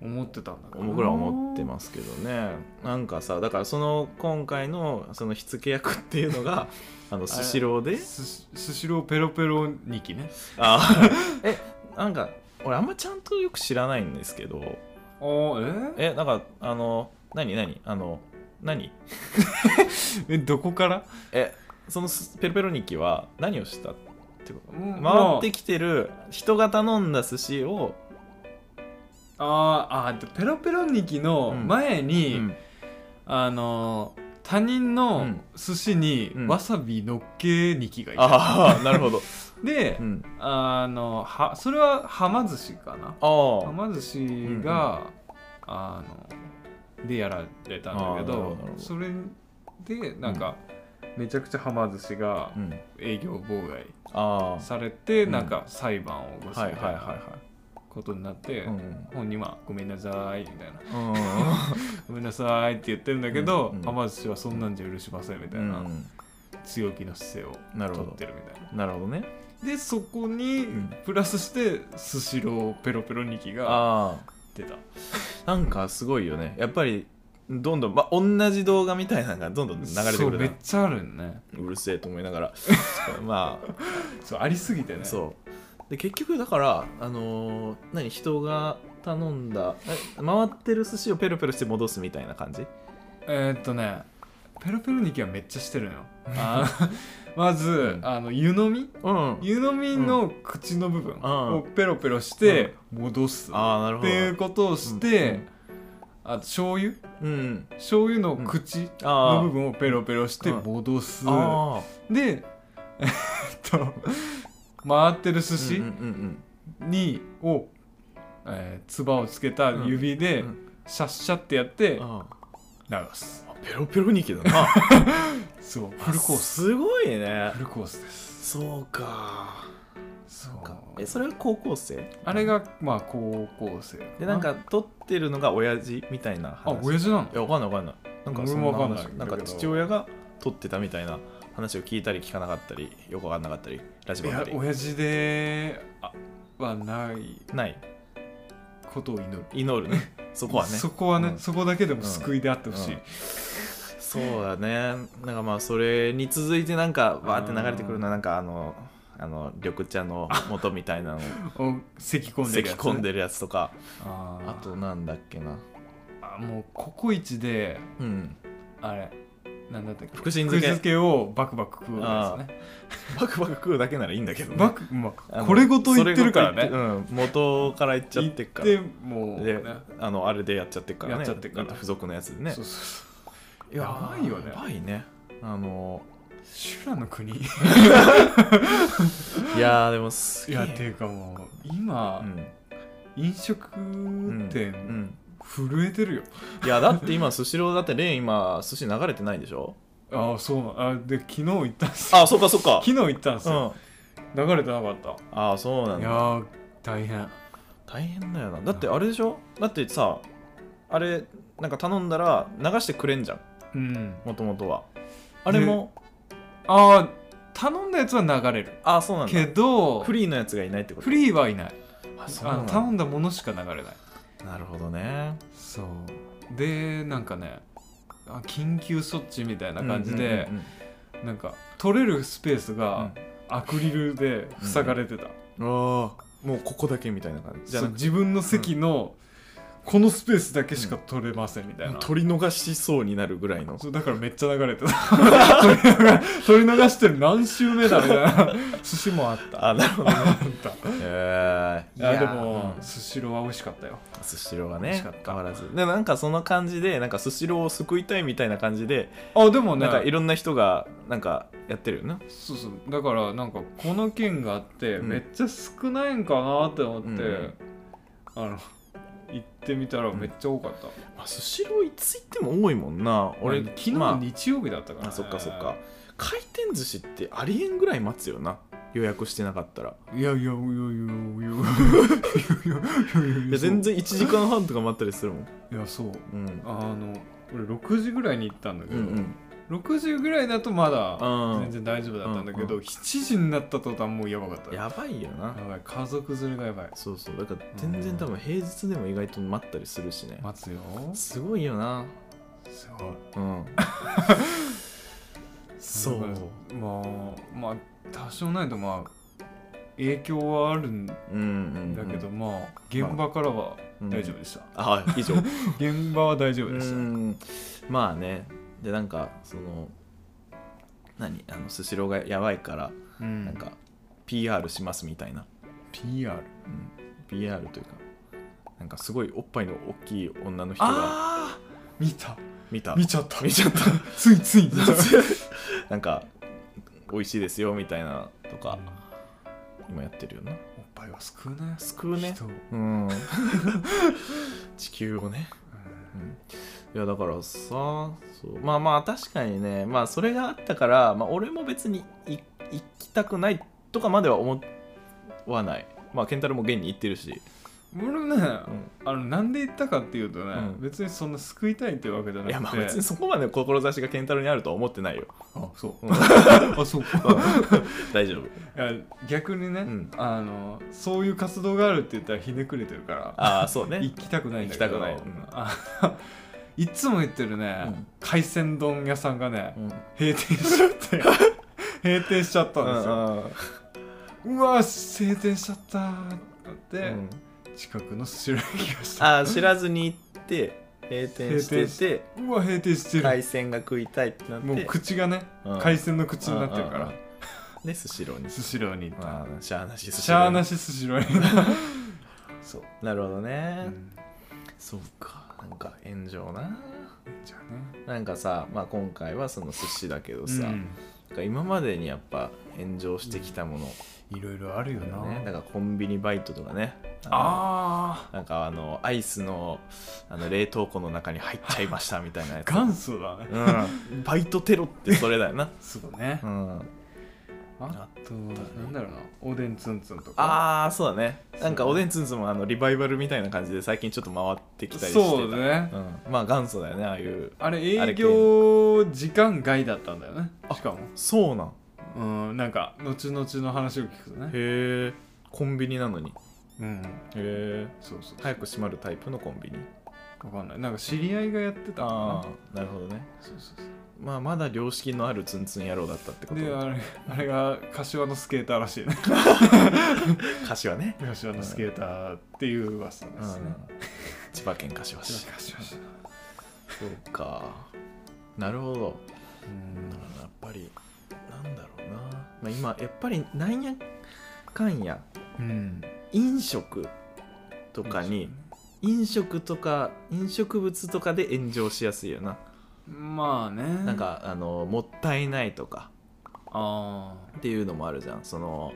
[SPEAKER 2] 思ってたんだから
[SPEAKER 1] 僕らは思ってますけどねなんかさだからその今回のその火付け役っていうの があのスシローです
[SPEAKER 2] スシローペロペロ2期ね
[SPEAKER 1] あ えなんか俺あんまちゃんとよく知らないんですけど
[SPEAKER 2] あーえ
[SPEAKER 1] えなんかあの何何あの何
[SPEAKER 2] えどこから
[SPEAKER 1] えそのスペロペロニキは何をしたってこと
[SPEAKER 2] うん
[SPEAKER 1] 回ってきてる人が頼んだ寿司を、
[SPEAKER 2] あーあーでペロペロニキの前
[SPEAKER 1] う
[SPEAKER 2] に、
[SPEAKER 1] ん
[SPEAKER 2] あのー他人
[SPEAKER 1] う
[SPEAKER 2] の
[SPEAKER 1] ん
[SPEAKER 2] 寿司に
[SPEAKER 1] うん
[SPEAKER 2] わさびのっけニキがいた、
[SPEAKER 1] ああなるほど、
[SPEAKER 2] で、
[SPEAKER 1] うん、
[SPEAKER 2] あのはそれははま寿司かな
[SPEAKER 1] あ
[SPEAKER 2] は
[SPEAKER 1] ー
[SPEAKER 2] ま寿司が、あのでやられたんだけ
[SPEAKER 1] あーなるほど
[SPEAKER 2] ど
[SPEAKER 1] なるほど
[SPEAKER 2] それでなんか、めちゃくちゃはま寿司が
[SPEAKER 1] うん、
[SPEAKER 2] 営業妨害
[SPEAKER 1] あ
[SPEAKER 2] されて、
[SPEAKER 1] うん
[SPEAKER 2] なんか裁判を起こ
[SPEAKER 1] あ
[SPEAKER 2] すみ
[SPEAKER 1] はい
[SPEAKER 2] たい
[SPEAKER 1] はい
[SPEAKER 2] な、
[SPEAKER 1] はいは
[SPEAKER 2] ことになって、
[SPEAKER 1] いうん
[SPEAKER 2] 本人は「ごめんなさい」みたいな
[SPEAKER 1] うん
[SPEAKER 2] 「ごめんなさい」って言ってるんだけど、
[SPEAKER 1] うんうん
[SPEAKER 2] はま寿司はそんなんじゃ許しませんみた
[SPEAKER 1] う
[SPEAKER 2] いな、
[SPEAKER 1] ん
[SPEAKER 2] 強気の姿勢
[SPEAKER 1] な
[SPEAKER 2] を
[SPEAKER 1] るほ
[SPEAKER 2] 取っ
[SPEAKER 1] ど
[SPEAKER 2] てるみたい
[SPEAKER 1] な
[SPEAKER 2] な
[SPEAKER 1] るほどね
[SPEAKER 2] でそこに
[SPEAKER 1] ん
[SPEAKER 2] プラスしてスシローペロペロニキが
[SPEAKER 1] ああ
[SPEAKER 2] 出た
[SPEAKER 1] なんかすごいよねやっぱりどんどん、まあ、同じ動画みたいなのがどんどん流れて
[SPEAKER 2] そう
[SPEAKER 1] く
[SPEAKER 2] めっ
[SPEAKER 1] る
[SPEAKER 2] ちゃあるんね
[SPEAKER 1] なうるせえと思いなが らまあ
[SPEAKER 2] そうありすぎてね
[SPEAKER 1] そうで結局だからあのー何人が頼んだえ回ってる寿司をペロペロして戻すみたいな感じ
[SPEAKER 2] えー、っとねペロペロニキはめっちゃしてるのよあー まず、
[SPEAKER 1] ん
[SPEAKER 2] あの湯飲み
[SPEAKER 1] うん
[SPEAKER 2] 湯飲みの口の部分
[SPEAKER 1] うん
[SPEAKER 2] をペロペロして戻す、
[SPEAKER 1] ああなる
[SPEAKER 2] っ
[SPEAKER 1] ほ
[SPEAKER 2] て
[SPEAKER 1] ど
[SPEAKER 2] いうことをして、あと醤油
[SPEAKER 1] うん
[SPEAKER 2] 醤油の口
[SPEAKER 1] あ
[SPEAKER 2] の
[SPEAKER 1] あ
[SPEAKER 2] 部分をペロペロして
[SPEAKER 1] うん
[SPEAKER 2] 戻す、
[SPEAKER 1] あ
[SPEAKER 2] で えっと回ってる寿
[SPEAKER 1] ーうん
[SPEAKER 2] 司
[SPEAKER 1] うんうん
[SPEAKER 2] にをえーつば、をつけた指で
[SPEAKER 1] うん
[SPEAKER 2] シャッシャってやって
[SPEAKER 1] うんあ
[SPEAKER 2] 流す、
[SPEAKER 1] あペロペロニキだな
[SPEAKER 2] そうフルコース
[SPEAKER 1] すごいね
[SPEAKER 2] フルコースです
[SPEAKER 1] そうか
[SPEAKER 2] そう
[SPEAKER 1] なんかえそれは高校生
[SPEAKER 2] あれがまあ高校生か
[SPEAKER 1] でなんか撮ってるのが親父みたいな
[SPEAKER 2] あ
[SPEAKER 1] 話
[SPEAKER 2] 親父なの
[SPEAKER 1] いやわかんないわかんないなんか
[SPEAKER 2] 俺
[SPEAKER 1] そん
[SPEAKER 2] も
[SPEAKER 1] な
[SPEAKER 2] わかんない
[SPEAKER 1] 話なんか父親が撮ってたみたいな話を聞いたり聞かなかったりよくわかんなかったりラジ
[SPEAKER 2] い
[SPEAKER 1] オだっ
[SPEAKER 2] や
[SPEAKER 1] たり
[SPEAKER 2] 親父であはない
[SPEAKER 1] ない
[SPEAKER 2] ことを祈る
[SPEAKER 1] 祈る ねそこはね
[SPEAKER 2] そこはね、
[SPEAKER 1] うん
[SPEAKER 2] そこだけでも救いであってほしい、
[SPEAKER 1] うんそうだねなんかまあそれに続いてなんかバーって流れてくるのはなんかあのあの緑茶の元みたいなの を
[SPEAKER 2] お咳込ん
[SPEAKER 1] 咳
[SPEAKER 2] でるやつ、ね、
[SPEAKER 1] 込んでるやつとか
[SPEAKER 2] あー
[SPEAKER 1] あとなんだっけな
[SPEAKER 2] あもうココイチで
[SPEAKER 1] うん
[SPEAKER 2] あれなんだったっ け
[SPEAKER 1] 福神漬け
[SPEAKER 2] 福をバクバク食うやつね
[SPEAKER 1] バクバク食うだけならいいんだけどね
[SPEAKER 2] バク、ま
[SPEAKER 1] あ
[SPEAKER 2] あ、
[SPEAKER 1] の
[SPEAKER 2] これごと言ってるから
[SPEAKER 1] それご
[SPEAKER 2] ね
[SPEAKER 1] と言ってうん元から言っちゃってっから
[SPEAKER 2] 言ってもう、ね
[SPEAKER 1] で、あのあれでやっちゃってっからね
[SPEAKER 2] やっちゃってっから
[SPEAKER 1] だ付属のやつでね
[SPEAKER 2] そうそうそう
[SPEAKER 1] いや
[SPEAKER 2] やばいよね
[SPEAKER 1] やばいねあの
[SPEAKER 2] 修羅の国い
[SPEAKER 1] いやーでもすげえ
[SPEAKER 2] やって いうかもう今
[SPEAKER 1] う、ん
[SPEAKER 2] 飲食
[SPEAKER 1] うん
[SPEAKER 2] 店、
[SPEAKER 1] うん
[SPEAKER 2] 震えてるよ
[SPEAKER 1] いやだって今スシローだってレーン今寿司流れてないでしょ
[SPEAKER 2] ああそうあで昨日行ったんすよ
[SPEAKER 1] あそっかそっか
[SPEAKER 2] 昨日行ったんす
[SPEAKER 1] うん
[SPEAKER 2] よ、
[SPEAKER 1] あ
[SPEAKER 2] 流れてなかった
[SPEAKER 1] あそうなん
[SPEAKER 2] いや
[SPEAKER 1] だ
[SPEAKER 2] ー大変
[SPEAKER 1] 大変だよなだってあれでしょだってさあれなんか頼んだら流してくれんじゃん
[SPEAKER 2] うん
[SPEAKER 1] もともとはあれも、
[SPEAKER 2] ああ頼んだやつは流れる
[SPEAKER 1] ああそうなん
[SPEAKER 2] け
[SPEAKER 1] だ
[SPEAKER 2] ど
[SPEAKER 1] フリーのやつがいないってこと
[SPEAKER 2] フリーはいない
[SPEAKER 1] あそうな
[SPEAKER 2] あの
[SPEAKER 1] んだ
[SPEAKER 2] 頼んだものしか流れない
[SPEAKER 1] なるほどね
[SPEAKER 2] そうでなんかねあ緊急措置みたいな感じで、
[SPEAKER 1] うんうん
[SPEAKER 2] なんか取れるスペースがアクリルで塞がれてた、
[SPEAKER 1] うんうんああもうここだけみたいな感じじゃ
[SPEAKER 2] そう
[SPEAKER 1] なくて
[SPEAKER 2] 自分の席のこのスペースだけしか取れませんみたいな、
[SPEAKER 1] 取り逃しそうになるぐらいの
[SPEAKER 2] そうだからめっちゃ流れてた 取り逃取り逃してる何周目だみたい な寿司もあっ た
[SPEAKER 1] あなるほどね
[SPEAKER 2] あった
[SPEAKER 1] え
[SPEAKER 2] い
[SPEAKER 1] ー、
[SPEAKER 2] や
[SPEAKER 1] ー
[SPEAKER 2] でも
[SPEAKER 1] うん
[SPEAKER 2] スシローは美味しかったよ
[SPEAKER 1] スシローが
[SPEAKER 2] 美味
[SPEAKER 1] ね
[SPEAKER 2] しかった
[SPEAKER 1] 変わらずでなんかその感じでなんかスシローを救いたいみたいな感じで
[SPEAKER 2] あでもね
[SPEAKER 1] なんかいろんな人がなんかやってるよな
[SPEAKER 2] そうそうだからなんかこの件があって
[SPEAKER 1] うん
[SPEAKER 2] めっちゃ少ないんかなって思って、
[SPEAKER 1] うんうん
[SPEAKER 2] あの行ってみたらめっちゃ多かった、
[SPEAKER 1] まあスシローいつ行っても多いもんな俺
[SPEAKER 2] 俺昨日
[SPEAKER 1] ま
[SPEAKER 2] 日曜日だったから、
[SPEAKER 1] あ、
[SPEAKER 2] ね
[SPEAKER 1] あそっかそっか回転寿司ってありえんぐらい待つよな予約してなかったら
[SPEAKER 2] いやいやいやいやいやいやいやいやい
[SPEAKER 1] いや全然1時間半とか待ったりするもん、
[SPEAKER 2] いやそう
[SPEAKER 1] うん、
[SPEAKER 2] あの俺6時ぐらいに行ったんだけ
[SPEAKER 1] う
[SPEAKER 2] ど、
[SPEAKER 1] んうん
[SPEAKER 2] 6時ぐらいだとまだ
[SPEAKER 1] うん
[SPEAKER 2] 全然大丈夫だったんだけど、
[SPEAKER 1] うん
[SPEAKER 2] 7時になった途端もうやばかった
[SPEAKER 1] やばいよな
[SPEAKER 2] やばい家族連れがやばい
[SPEAKER 1] そうそうだから全然多分平日でも意外と待ったりするしね
[SPEAKER 2] 待つよ
[SPEAKER 1] すごいよな
[SPEAKER 2] すごい
[SPEAKER 1] うん そう
[SPEAKER 2] だからまあまあ多少ないとまあ影響はあるんだ
[SPEAKER 1] うんうん
[SPEAKER 2] けど、まあ現場からは大丈夫でした、
[SPEAKER 1] あ以 上
[SPEAKER 2] 現場は大丈
[SPEAKER 1] う
[SPEAKER 2] 夫でした、
[SPEAKER 1] んまあねでなんかその何あのスシローがやばいから
[SPEAKER 2] うん
[SPEAKER 1] なんか PR しますみたいな、う
[SPEAKER 2] PR
[SPEAKER 1] ん、PR というかなんかすごいおっぱいの大きい女の人が
[SPEAKER 2] ああ見た
[SPEAKER 1] 見た
[SPEAKER 2] 見ちゃった
[SPEAKER 1] 見ちゃった
[SPEAKER 2] ついつい見 ちゃった
[SPEAKER 1] なんか美味しいですよみたいなとか今やってるよな
[SPEAKER 2] おっぱいは救うね
[SPEAKER 1] 救うね
[SPEAKER 2] 人
[SPEAKER 1] うん 地球をねいやだからさそうまあまあ確かにねまあそれがあったから、まあ、俺も別にい行きたくないとかまでは思わないまあ健太郎も現に行ってるし、
[SPEAKER 2] 俺ね、
[SPEAKER 1] うん
[SPEAKER 2] あのなんで言ったかっていうとね、
[SPEAKER 1] うん
[SPEAKER 2] 別にそんな救いたいってわけじゃなく
[SPEAKER 1] い
[SPEAKER 2] て
[SPEAKER 1] や まあ別にそこまで志が健太郎にあるとは思ってないよ
[SPEAKER 2] あそううんあそう
[SPEAKER 1] 大丈夫
[SPEAKER 2] いや逆にね、
[SPEAKER 1] うん
[SPEAKER 2] あのそういう活動があるって言ったらひねくれてるから
[SPEAKER 1] ああそうね
[SPEAKER 2] 行きたくないんだけど
[SPEAKER 1] 行きたくないうん
[SPEAKER 2] あ のいつも言ってるね、
[SPEAKER 1] うん
[SPEAKER 2] 海鮮丼屋さんがね
[SPEAKER 1] うん
[SPEAKER 2] 閉店しちゃって 閉店しちゃったんですよ、うわ閉店しちゃったーって
[SPEAKER 1] う
[SPEAKER 2] なって、
[SPEAKER 1] ん
[SPEAKER 2] 近くの寿司屋行きました
[SPEAKER 1] ああ知らずに行って閉店してて
[SPEAKER 2] うわ閉店してる、
[SPEAKER 1] 海鮮が食いたいってなって
[SPEAKER 2] もう口がね、
[SPEAKER 1] うん
[SPEAKER 2] 海鮮の口になってるか
[SPEAKER 1] うん
[SPEAKER 2] ら
[SPEAKER 1] うんうんでスシローに
[SPEAKER 2] 寿司郎に行った
[SPEAKER 1] ああしゃあなし寿司
[SPEAKER 2] しゃあな
[SPEAKER 1] し
[SPEAKER 2] し寿司郎にそう、
[SPEAKER 1] なるほど
[SPEAKER 2] う
[SPEAKER 1] ね、
[SPEAKER 2] ん、
[SPEAKER 1] そうかなんか炎上な
[SPEAKER 2] じゃあね
[SPEAKER 1] なんかさ、まあ、今回はその寿司だけどさ、
[SPEAKER 2] う
[SPEAKER 1] なん
[SPEAKER 2] ん
[SPEAKER 1] か今までにやっぱ炎上してきたもの
[SPEAKER 2] いろいろあるよ
[SPEAKER 1] だ
[SPEAKER 2] な
[SPEAKER 1] よね、なんかコンビニバイトとかねあ
[SPEAKER 2] あ
[SPEAKER 1] のなんかあのアイスのあの冷凍庫の中に入っちゃいましたみたいなや
[SPEAKER 2] ー元祖だね
[SPEAKER 1] つ、うん、バイトテロってそれだよな、
[SPEAKER 2] そうね
[SPEAKER 1] うん、
[SPEAKER 2] あとなんだろうなおでんつんつんとか
[SPEAKER 1] ああそうだねなんか
[SPEAKER 2] そう
[SPEAKER 1] おでんつんつんもあのリバイバルみたいな感じで最近ちょっと回ってきたりしてた
[SPEAKER 2] そうだね
[SPEAKER 1] うん、まあ元祖だよねああいう
[SPEAKER 2] あれ
[SPEAKER 1] あ
[SPEAKER 2] 営
[SPEAKER 1] れ系
[SPEAKER 2] 業時間外だったんだよねしかも
[SPEAKER 1] そうなん
[SPEAKER 2] うんなんか後々の話を聞くとね
[SPEAKER 1] へえコンビニなのにへ
[SPEAKER 2] うん
[SPEAKER 1] え
[SPEAKER 2] そうそう
[SPEAKER 1] 早く閉まるタイプのコンビニ
[SPEAKER 2] わかんないなんか知り合いがやってたの
[SPEAKER 1] あ
[SPEAKER 2] か
[SPEAKER 1] あなるほどね
[SPEAKER 2] なそうそうそう
[SPEAKER 1] まあまだ良識のあるツンツン野郎だったってこと
[SPEAKER 2] であれあれが柏のスケーターらしいね
[SPEAKER 1] 柏ね、
[SPEAKER 2] 柏のスケーターっていう噂で
[SPEAKER 1] う
[SPEAKER 2] すね
[SPEAKER 1] ん、千葉県柏市
[SPEAKER 2] 柏市
[SPEAKER 1] そうかなるほど
[SPEAKER 2] うん
[SPEAKER 1] やっぱりなんだろうな、まあ、今やっぱりなんやかんや
[SPEAKER 2] うん
[SPEAKER 1] 飲食とかに飲食とか飲食物とかで炎上しやすいよな、
[SPEAKER 2] まあね
[SPEAKER 1] なんかあのもったいないとか
[SPEAKER 2] あ
[SPEAKER 1] っていうのもあるじゃんその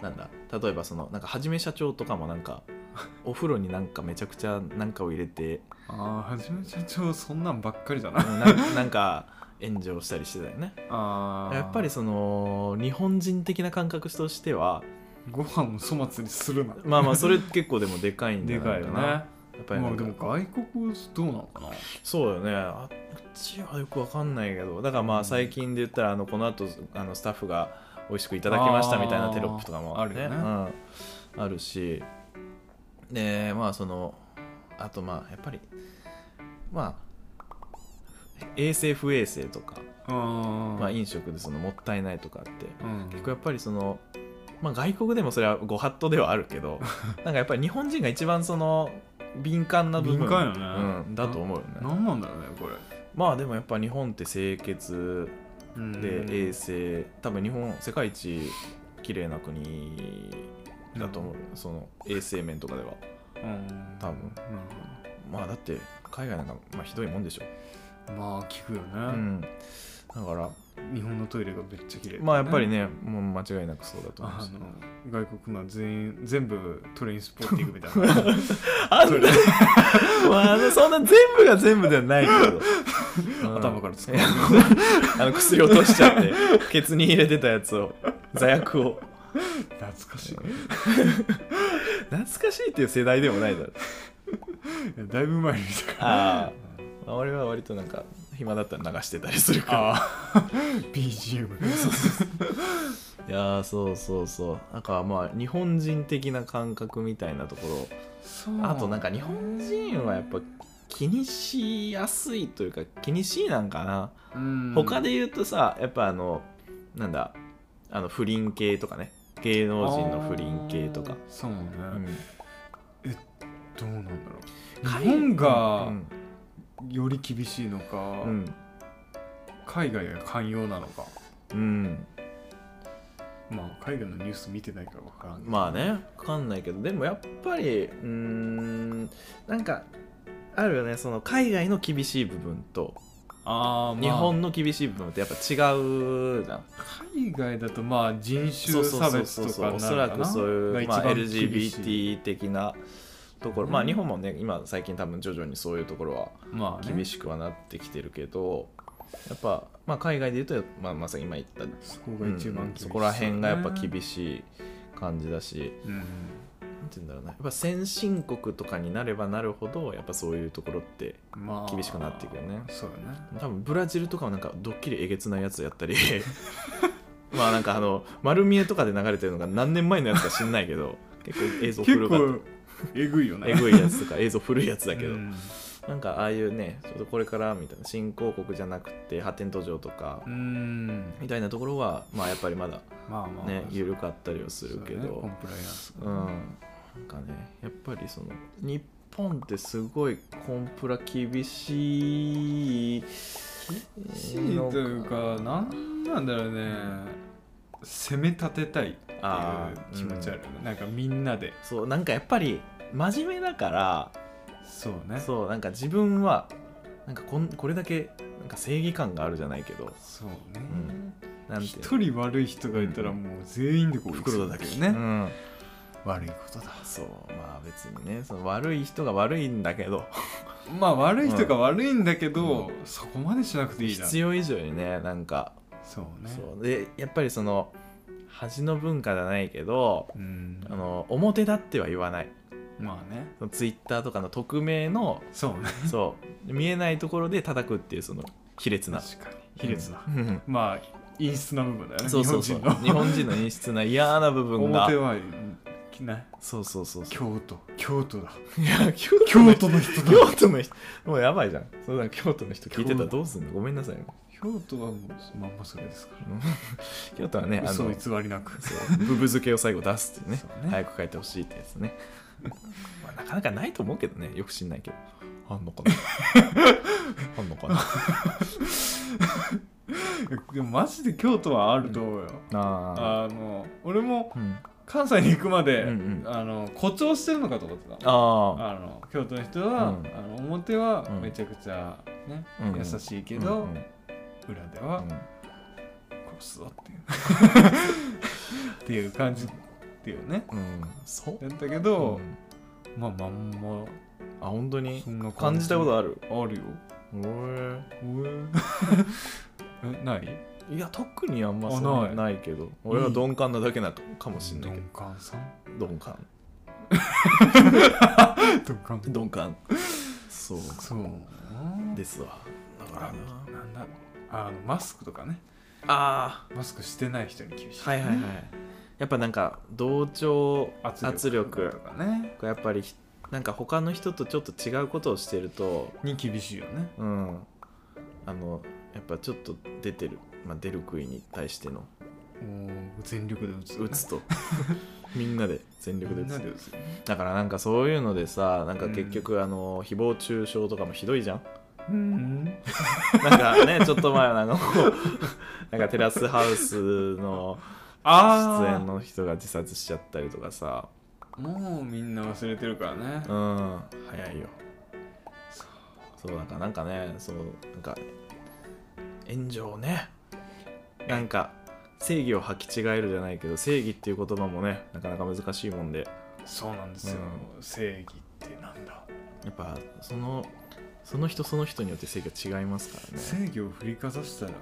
[SPEAKER 1] なんだ例えばそのなんかはじめ社長とかもなんか お風呂になんかめちゃくちゃなんかを入れて
[SPEAKER 2] ーあーはじめ社長そんなんばっかりだな
[SPEAKER 1] な なんか炎上したりしてたよね
[SPEAKER 2] あー
[SPEAKER 1] やっぱりその日本人的な感覚としては
[SPEAKER 2] ご飯を粗末にするな
[SPEAKER 1] まあまあそれ結構でもでかいんじゃ
[SPEAKER 2] でか
[SPEAKER 1] ない
[SPEAKER 2] いよ
[SPEAKER 1] か
[SPEAKER 2] ね
[SPEAKER 1] なやっぱり
[SPEAKER 2] ま
[SPEAKER 1] な
[SPEAKER 2] あ
[SPEAKER 1] ん
[SPEAKER 2] で
[SPEAKER 1] か
[SPEAKER 2] も外国どうなのかな
[SPEAKER 1] そうよねあっちはよくわかんないけどだからまあ最近で言ったらあのこの後あのスタッフが美味しくいただきましたみたいなテロップとかも
[SPEAKER 2] あーあるよね
[SPEAKER 1] うん、あるしでまあそのあとまあやっぱりまあ衛生不衛生とか、
[SPEAKER 2] うん
[SPEAKER 1] まあ、飲食でそのもったいないとかって
[SPEAKER 2] うん
[SPEAKER 1] 結構やっぱりその、まあ、外国でもそれはご法度ではあるけ どなんかやっぱり日本人が一番その敏感な部分
[SPEAKER 2] 敏感よね
[SPEAKER 1] うん、だと思うよね
[SPEAKER 2] 何なんだろうねこれ
[SPEAKER 1] まあでもやっぱ日本って清潔で
[SPEAKER 2] うん
[SPEAKER 1] 衛生多分日本世界一綺麗な国だと思う、その衛生面とかでは
[SPEAKER 2] うん
[SPEAKER 1] 多分
[SPEAKER 2] なる
[SPEAKER 1] まあだって海外なんか、まあ、ひどいもんでしょ、
[SPEAKER 2] ほどまあ聞くよ
[SPEAKER 1] う
[SPEAKER 2] ね
[SPEAKER 1] ん、だから
[SPEAKER 2] 日本のトイレがめっちゃ綺麗
[SPEAKER 1] まあやっぱり
[SPEAKER 2] ね
[SPEAKER 1] ねもう間違いなくそうだと思う
[SPEAKER 2] あ
[SPEAKER 1] し
[SPEAKER 2] の外国のは全員全部トレインスポーティングみたいな
[SPEAKER 1] あ
[SPEAKER 2] そ
[SPEAKER 1] ん
[SPEAKER 2] れ
[SPEAKER 1] な、まああの、そんな全部が全部ではないけど うん
[SPEAKER 2] 頭から突っ込む
[SPEAKER 1] いやあの薬落としちゃってケツに入れてたやつを座薬を
[SPEAKER 2] 懐かしい
[SPEAKER 1] 懐かしいっていう世代でもないだろ
[SPEAKER 2] だいぶ前に見たから
[SPEAKER 1] ああ俺は割となんか暇だったら流してたりするから
[SPEAKER 2] あー BGM
[SPEAKER 1] いやーそうそうそうなんかまあ日本人的な感覚みたいなところあとなんか日本人はやっぱ気にしやすいというか気にしいなんかな、他で言うとさやっぱあのなんだあの不倫系とかね芸能人の不倫系とか
[SPEAKER 2] あー、そうね、
[SPEAKER 1] うん
[SPEAKER 2] どうなんだろう
[SPEAKER 1] 海
[SPEAKER 2] 日本
[SPEAKER 1] う
[SPEAKER 2] が
[SPEAKER 1] ん
[SPEAKER 2] より厳しいのか、
[SPEAKER 1] うん、
[SPEAKER 2] 海外が寛容なのか
[SPEAKER 1] うん、
[SPEAKER 2] まあ海外のニュース見てないから分からんけど
[SPEAKER 1] まあねわかんないけどでもやっぱりうーんなんかあるよねその海外の厳しい部分と
[SPEAKER 2] あーまあ
[SPEAKER 1] 日本の厳しい部分ってやっぱ違うじゃん
[SPEAKER 2] 海外だとまあ人種差別とか
[SPEAKER 1] お
[SPEAKER 2] にな
[SPEAKER 1] そ
[SPEAKER 2] る
[SPEAKER 1] ら
[SPEAKER 2] か
[SPEAKER 1] く
[SPEAKER 2] な
[SPEAKER 1] そういう、ま
[SPEAKER 2] が
[SPEAKER 1] あ、
[SPEAKER 2] 一番厳しい
[SPEAKER 1] LGBT 的なところ、まあ
[SPEAKER 2] うん
[SPEAKER 1] 日本もね今最近多分徐々にそういうところは
[SPEAKER 2] まあね、
[SPEAKER 1] 厳しくはなってきてるけど、やっぱ、まあ、海外で言うと、まあ、まさに今言った、
[SPEAKER 2] そこが一番
[SPEAKER 1] うん
[SPEAKER 2] 厳しい、
[SPEAKER 1] そこら辺がやっぱ厳しい感じだし
[SPEAKER 2] うん
[SPEAKER 1] なんて言うんだろうなやっぱ先進国とかになればなるほどやっぱそういうところって
[SPEAKER 2] まあ
[SPEAKER 1] 厳しくなっていくよね
[SPEAKER 2] そうよね
[SPEAKER 1] 多分ブラジルとかはなんかドッキリえげつないやつやったり まあなんかあの丸見えとかで流れてるのが何年前のやつか知んないけど結構映像
[SPEAKER 2] 結
[SPEAKER 1] 古かった
[SPEAKER 2] 構えぐい よね
[SPEAKER 1] えぐいやつとか映像古いやつだけど、
[SPEAKER 2] うん
[SPEAKER 1] なんかああいうねちょっとこれからみたいな新興国じゃなくて発展途上とか
[SPEAKER 2] うん
[SPEAKER 1] みたいなところはまあやっぱりまだ
[SPEAKER 2] まあまあ
[SPEAKER 1] ね緩かったりはするけ
[SPEAKER 2] そうねコ
[SPEAKER 1] ど
[SPEAKER 2] ンプライアンス
[SPEAKER 1] うんなんかねやっぱりその日本ってすごいコンプラ厳しい厳
[SPEAKER 2] しいというかなんなんだろうね攻め立てたいっていう気持ちあるよねなんかみんなで
[SPEAKER 1] そうなんかやっぱり真面目だか
[SPEAKER 2] そう
[SPEAKER 1] ら
[SPEAKER 2] ね
[SPEAKER 1] そうなんか自分はなんかこんこれだけなんか正義感があるじゃないけど
[SPEAKER 2] そうね
[SPEAKER 1] んなんていう
[SPEAKER 2] 一人悪い人がいたらもう全員でこう
[SPEAKER 1] の袋だけに
[SPEAKER 2] ね、
[SPEAKER 1] うん、
[SPEAKER 2] 悪いことだ
[SPEAKER 1] そうまあ別にねその悪い人が悪いんだけど
[SPEAKER 2] まあ悪い人が悪いんだけど、そこまでしなくていいな
[SPEAKER 1] 必要以上にねなんか
[SPEAKER 2] そうね
[SPEAKER 1] そうでやっぱりその恥の文化じゃないけど
[SPEAKER 2] うん
[SPEAKER 1] あの表立っては言わない
[SPEAKER 2] まあね
[SPEAKER 1] ツイッターとかの匿名 の
[SPEAKER 2] そうね
[SPEAKER 1] そう見えないところで叩くっていうその卑劣な
[SPEAKER 2] 確かに卑劣だ、
[SPEAKER 1] うん
[SPEAKER 2] まあ陰湿な部分だよね
[SPEAKER 1] そうそうそう
[SPEAKER 2] 日本人
[SPEAKER 1] 日本人の陰湿な嫌な部
[SPEAKER 2] の
[SPEAKER 1] 分が
[SPEAKER 2] 表は着ない
[SPEAKER 1] そうそうそうそう
[SPEAKER 2] 京都京都だ
[SPEAKER 1] いや京
[SPEAKER 2] 京都の人だ
[SPEAKER 1] 京都の人もうやばいじゃんそうだ京都の人聞いてたらどうすんのごめんなさいよ
[SPEAKER 2] 京都はもうまんまそれですか
[SPEAKER 1] 京都はね
[SPEAKER 2] ら
[SPEAKER 1] あ
[SPEAKER 2] 嘘
[SPEAKER 1] の
[SPEAKER 2] 偽りなく
[SPEAKER 1] ブブ漬けを最後出すっていうね
[SPEAKER 2] そうね
[SPEAKER 1] 早く書いてほしいってやつ ね、まあ、なかなかないと思うけどねよく知んないけどあんの かなあんのかな
[SPEAKER 2] でもマジで京都はあると思うよ、
[SPEAKER 1] あ
[SPEAKER 2] あの俺も
[SPEAKER 1] ーうん
[SPEAKER 2] 関西に行くまで、
[SPEAKER 1] うんうん
[SPEAKER 2] あの誇張してるのかと思ってた
[SPEAKER 1] あ
[SPEAKER 2] あの京都の人は、
[SPEAKER 1] うん
[SPEAKER 2] あの表は
[SPEAKER 1] うん
[SPEAKER 2] めちゃくちゃ、ね
[SPEAKER 1] うんうん
[SPEAKER 2] 優しいけ
[SPEAKER 1] ー
[SPEAKER 2] ど、
[SPEAKER 1] うんうん
[SPEAKER 2] 裏では殺すぞっていう っていう感じっていうね
[SPEAKER 1] うんうんそう
[SPEAKER 2] だったけど
[SPEAKER 1] う、ん
[SPEAKER 2] まあまんま
[SPEAKER 1] あ本当に
[SPEAKER 2] そんな
[SPEAKER 1] 感じたことある
[SPEAKER 2] あ るよ
[SPEAKER 1] おー
[SPEAKER 2] え えない
[SPEAKER 1] いや特にあんま
[SPEAKER 2] あ
[SPEAKER 1] そう
[SPEAKER 2] ない
[SPEAKER 1] ないけど俺は鈍感なだけなのかもしれないけ
[SPEAKER 2] 鈍感さん
[SPEAKER 1] ど鈍感
[SPEAKER 2] 鈍感
[SPEAKER 1] 鈍感そう
[SPEAKER 2] そう
[SPEAKER 1] ですわだからな
[SPEAKER 2] なんだあのマスクとかね
[SPEAKER 1] あ
[SPEAKER 2] マスクしてない人に厳しい、
[SPEAKER 1] ーはいはいはいやっぱなんか同調圧
[SPEAKER 2] 圧
[SPEAKER 1] 力
[SPEAKER 2] 力とかね
[SPEAKER 1] やっぱりひなんか他の人とちょっと違うことをしてると
[SPEAKER 2] に厳しいよね
[SPEAKER 1] うんあのやっぱちょっと出てる、まあ、出る杭に対しての
[SPEAKER 2] もう全力で打つ、
[SPEAKER 1] 打 つとみんなで全力で
[SPEAKER 2] みん
[SPEAKER 1] 打
[SPEAKER 2] な
[SPEAKER 1] つ
[SPEAKER 2] で打つよね
[SPEAKER 1] だからなんかそういうのでさなんか
[SPEAKER 2] うん
[SPEAKER 1] 結局あの、誹謗中傷とかもひどいじゃん
[SPEAKER 2] うん
[SPEAKER 1] なんか ねちょっと前はなんかこうなんかテラスハウスの出演
[SPEAKER 2] あ
[SPEAKER 1] の人が自殺しちゃったりとかさ
[SPEAKER 2] あもうみんな忘れてるからね
[SPEAKER 1] うん早いよそうなんかなんかねそうなんか炎上ねなんか正義を履き違えるじゃないけど正義っていう言葉もねなかなか難しいもんで
[SPEAKER 2] そうなんですよ、
[SPEAKER 1] う
[SPEAKER 2] 正義ってなんだ
[SPEAKER 1] やっぱそのその人その人によって正義は違いますからね
[SPEAKER 2] 正義を振りかざしたら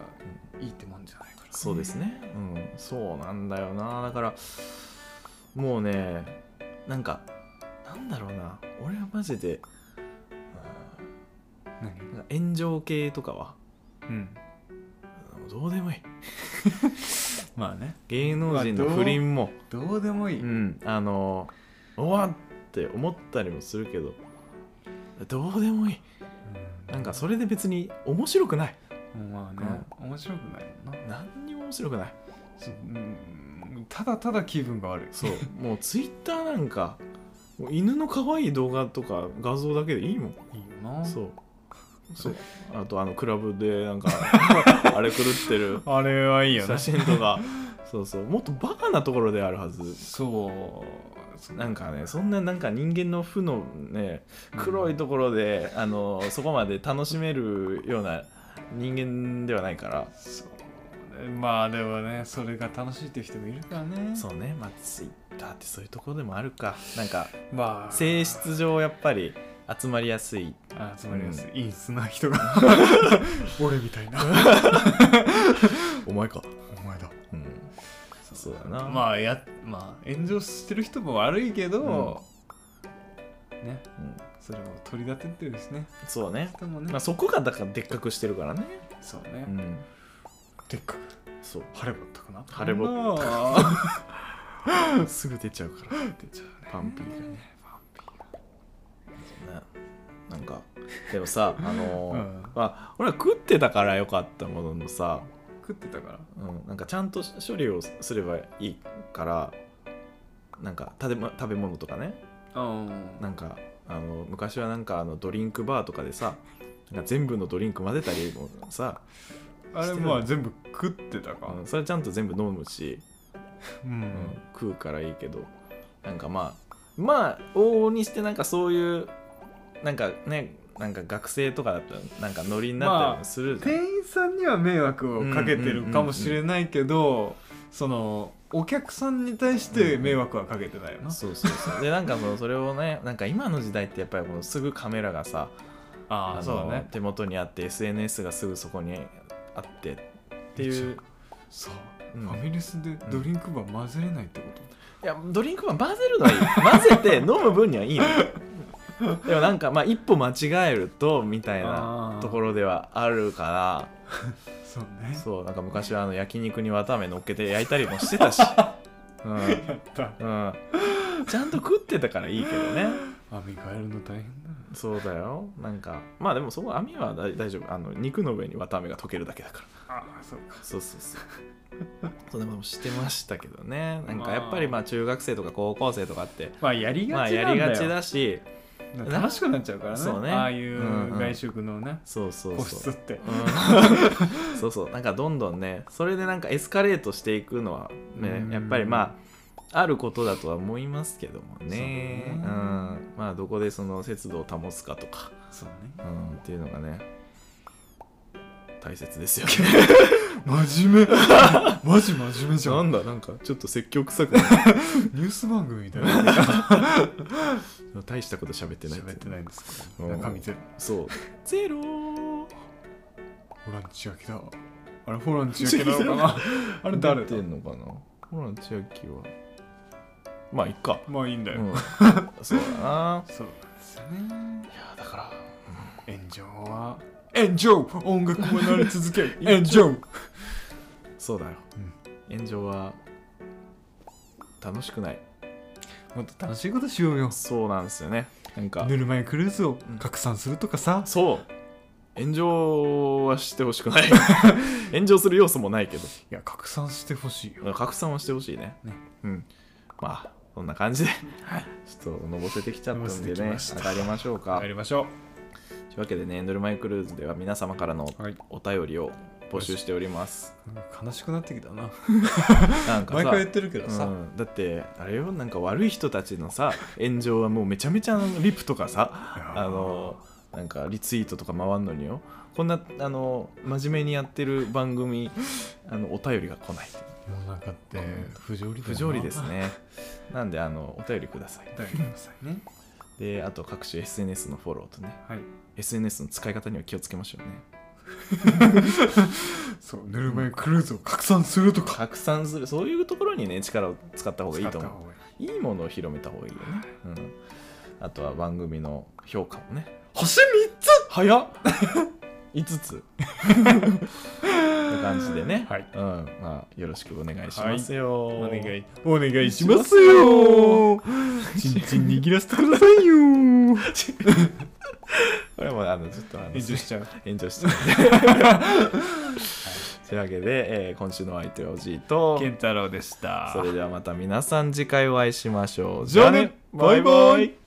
[SPEAKER 2] いいってもんじゃないから
[SPEAKER 1] そうですね、うん、そうなんだよなだからもうねなんかなんだろうな俺はマジでうん
[SPEAKER 2] 何
[SPEAKER 1] なんか炎上系とかは
[SPEAKER 2] うん
[SPEAKER 1] もうどうでもいい
[SPEAKER 2] まあね
[SPEAKER 1] 芸能人
[SPEAKER 2] う
[SPEAKER 1] の
[SPEAKER 2] わどう
[SPEAKER 1] 不倫も
[SPEAKER 2] どうでもいい、
[SPEAKER 1] うんあのうわっって思ったりもするけどどうでもいいなんかそれで別に面白くない
[SPEAKER 2] うんまあね、面白くないもんな
[SPEAKER 1] 何にも面白くない
[SPEAKER 2] そううんただただ気分が悪い
[SPEAKER 1] そうもうツイッターなんかもう犬の可愛い動画とか画像だけでいいもん
[SPEAKER 2] いいよな
[SPEAKER 1] そうそうあとあのクラブで なんかあれ狂ってる
[SPEAKER 2] あれはいいよね
[SPEAKER 1] 写真とかそうそうもっとバカなところであるはず
[SPEAKER 2] そう
[SPEAKER 1] なんかねそんななんか人間の負のね黒いところで、あのそこまで楽しめるような人間ではないから
[SPEAKER 2] そうねまあでもねそれが楽しいっていう人もいるからね
[SPEAKER 1] そうねまあツイッターってそういうところでもあるかなんか
[SPEAKER 2] まあ
[SPEAKER 1] 性質上やっぱり集まりやすい
[SPEAKER 2] あ集まりやすい、陰湿な人が俺みたいな
[SPEAKER 1] お前か
[SPEAKER 2] お前だ
[SPEAKER 1] うんそうだな
[SPEAKER 2] まあやまあ炎上してる人も悪いけど、ね
[SPEAKER 1] うん
[SPEAKER 2] それを取り立ててるですね
[SPEAKER 1] そうね、
[SPEAKER 2] 人もね、
[SPEAKER 1] まあ、そこがだからでっかくしてるからね
[SPEAKER 2] そうね、
[SPEAKER 1] うん
[SPEAKER 2] でっかく
[SPEAKER 1] そう
[SPEAKER 2] 晴れぼったかな
[SPEAKER 1] 晴れぼった う すぐ出ちゃうから
[SPEAKER 2] 出ちゃうね
[SPEAKER 1] パンピーがね
[SPEAKER 2] パンピ
[SPEAKER 1] ねなんかでもさあのー
[SPEAKER 2] うん
[SPEAKER 1] まあ俺は食ってたからよかったもののさ、
[SPEAKER 2] ー食ってたから
[SPEAKER 1] うん、なんかちゃんと処理をすればいいからなんか食べま食べ物とかね
[SPEAKER 2] うん
[SPEAKER 1] なんかあの昔はなんかあのドリンクバーとかでさなんか全部のドリンク混ぜたりもさ、
[SPEAKER 2] あれまあ全部食ってたか
[SPEAKER 1] うんそれはちゃんと全部飲むし、
[SPEAKER 2] うん、
[SPEAKER 1] うん食うからいいけどなんかまあまあ往々にしてなんかそういうなんかねなんか学生とかだったらなんかノリになったりもするじゃん、
[SPEAKER 2] 店員さんには迷惑をかけてるかもしれないけど、そのお客さんに対して迷惑はかけてないよな、
[SPEAKER 1] そうそうそうでなんかそのそれをねなんか今の時代ってやっぱりこのすぐカメラがさ
[SPEAKER 2] あ
[SPEAKER 1] の手元にあって SNS がすぐそこにあってっていう
[SPEAKER 2] そう
[SPEAKER 1] うん
[SPEAKER 2] ファミレスでドリンクバー混ぜれないってこ
[SPEAKER 1] いやドリンクは混ぜるのはいい混ぜ て飲む分にはいいのよでもなんかまあ一歩間違えるとみたい
[SPEAKER 2] あ
[SPEAKER 1] な
[SPEAKER 2] ー
[SPEAKER 1] ところではあるか
[SPEAKER 2] と、そう
[SPEAKER 1] ら
[SPEAKER 2] ね
[SPEAKER 1] そうなんか昔はあの焼肉にわたあめ乗っけて焼いたりもして たしうん、うん、
[SPEAKER 2] やった
[SPEAKER 1] ちゃんと食ってたからいいけどね
[SPEAKER 2] 網変えるの大変だな
[SPEAKER 1] そうだよなんかまあでもそこ網は大大丈夫あの肉の上にわたあめが溶けるだけだから
[SPEAKER 2] ああそうか
[SPEAKER 1] そうそうそうそうでもしてましたけどねなん
[SPEAKER 2] まあ
[SPEAKER 1] かやっぱりまあ中学生とか高校生とかって
[SPEAKER 2] まあやり
[SPEAKER 1] ま
[SPEAKER 2] が
[SPEAKER 1] あ
[SPEAKER 2] ち
[SPEAKER 1] や
[SPEAKER 2] な
[SPEAKER 1] り
[SPEAKER 2] んだよ、
[SPEAKER 1] がちだしな
[SPEAKER 2] 楽しくなっちゃうからね
[SPEAKER 1] そうね
[SPEAKER 2] ああいう
[SPEAKER 1] うんうん
[SPEAKER 2] 外食のね、
[SPEAKER 1] そうそう
[SPEAKER 2] 個
[SPEAKER 1] そ
[SPEAKER 2] 室っ
[SPEAKER 1] う。
[SPEAKER 2] て
[SPEAKER 1] うんそうそうなんかどんどんねそれでなんかエスカレートしていくのは
[SPEAKER 2] う
[SPEAKER 1] ね
[SPEAKER 2] ん
[SPEAKER 1] やっぱりまああることだとは思いますけどもね
[SPEAKER 2] そううね
[SPEAKER 1] ん、まあどこでその節度を保つかとか、
[SPEAKER 2] そう
[SPEAKER 1] う
[SPEAKER 2] ね
[SPEAKER 1] ん、っていうのがね大切ですよ
[SPEAKER 2] 真面目 マジ真面目じゃ ん
[SPEAKER 1] なんだなんかちょっと説教臭くなった
[SPEAKER 2] ニュース番組みたいな
[SPEAKER 1] 大したこと喋ってない
[SPEAKER 2] 喋ってないんですけど
[SPEAKER 1] うん
[SPEAKER 2] 中身ゼロ
[SPEAKER 1] そうゼロー
[SPEAKER 2] ホラン千秋だあれホラン千秋なの かなあれ誰
[SPEAKER 1] 出
[SPEAKER 2] だ
[SPEAKER 1] てんのかなほら千秋はまあいっか、
[SPEAKER 2] まあいいんだよ、
[SPEAKER 1] うん、 そうだな
[SPEAKER 2] そうなんですよね
[SPEAKER 1] いやだから
[SPEAKER 2] 炎上は炎上音楽もなり続ける 炎上
[SPEAKER 1] そうだよ、炎上は楽しくない
[SPEAKER 2] もっと楽しいことしようよ
[SPEAKER 1] そうなんですよねなんか、
[SPEAKER 2] ぬるま湯クルーズを
[SPEAKER 1] うん
[SPEAKER 2] 拡散するとかさ、
[SPEAKER 1] そう炎上はしてほしくない 炎上する要素もないけど
[SPEAKER 2] いや拡散してほしいよ
[SPEAKER 1] 拡散はしてほしいね
[SPEAKER 2] ね
[SPEAKER 1] うんまあそんな感じで、ちょっとのぼせてきちゃったん
[SPEAKER 2] のぼ
[SPEAKER 1] で
[SPEAKER 2] せてき
[SPEAKER 1] ね
[SPEAKER 2] ました
[SPEAKER 1] 上がりましょうか
[SPEAKER 2] やりましょ
[SPEAKER 1] というわけでね、ヌルマイクルーズでは皆様からの
[SPEAKER 2] うはい
[SPEAKER 1] お便りを募集しております。
[SPEAKER 2] 悲しくなってきたな
[SPEAKER 1] なんか
[SPEAKER 2] 毎
[SPEAKER 1] さ、
[SPEAKER 2] 回言ってるけどさ、
[SPEAKER 1] うん、だって、あれよ、なんか悪い人たちのさ、炎上はもうめちゃめちゃあのリプとかさ、
[SPEAKER 2] いやー
[SPEAKER 1] あの、なんかリツイートとか回んのによ、こんな、あの、真面目にやってる番組、あの、お便りが来ない。
[SPEAKER 2] 世の中って不条理だよ
[SPEAKER 1] 不
[SPEAKER 2] な
[SPEAKER 1] 条 理ですね。なんで、あの、お便りください。
[SPEAKER 2] お便りくださ いね
[SPEAKER 1] で、あと各種 SNS のフォローとね、
[SPEAKER 2] はい
[SPEAKER 1] SNS の使い方には気をつけましょうね。
[SPEAKER 2] そうぬるま湯クルーズを拡散するとか
[SPEAKER 1] 拡散する、そういうところにね、力を使った方がいいと
[SPEAKER 2] 使
[SPEAKER 1] 思
[SPEAKER 2] っ
[SPEAKER 1] う
[SPEAKER 2] た。方がいい
[SPEAKER 1] いいものを広めた方がいいよね、うん、あとは番組の評価もね
[SPEAKER 2] 星3つ
[SPEAKER 1] 早っ5つって感じでね、
[SPEAKER 2] はい
[SPEAKER 1] うんまあ、よろしくお願いしますよ、
[SPEAKER 2] お願いお願いしますよ
[SPEAKER 1] よ
[SPEAKER 2] ちんちん握らせてくださ いよ
[SPEAKER 1] これもあのちょっとあの
[SPEAKER 2] 返事しちゃう
[SPEAKER 1] 炎上してるというわけで、えー今週のお相手はおじいと
[SPEAKER 2] 健太郎でした
[SPEAKER 1] それではまた皆さん次回お会いしましょう
[SPEAKER 2] じゃあねバイバイ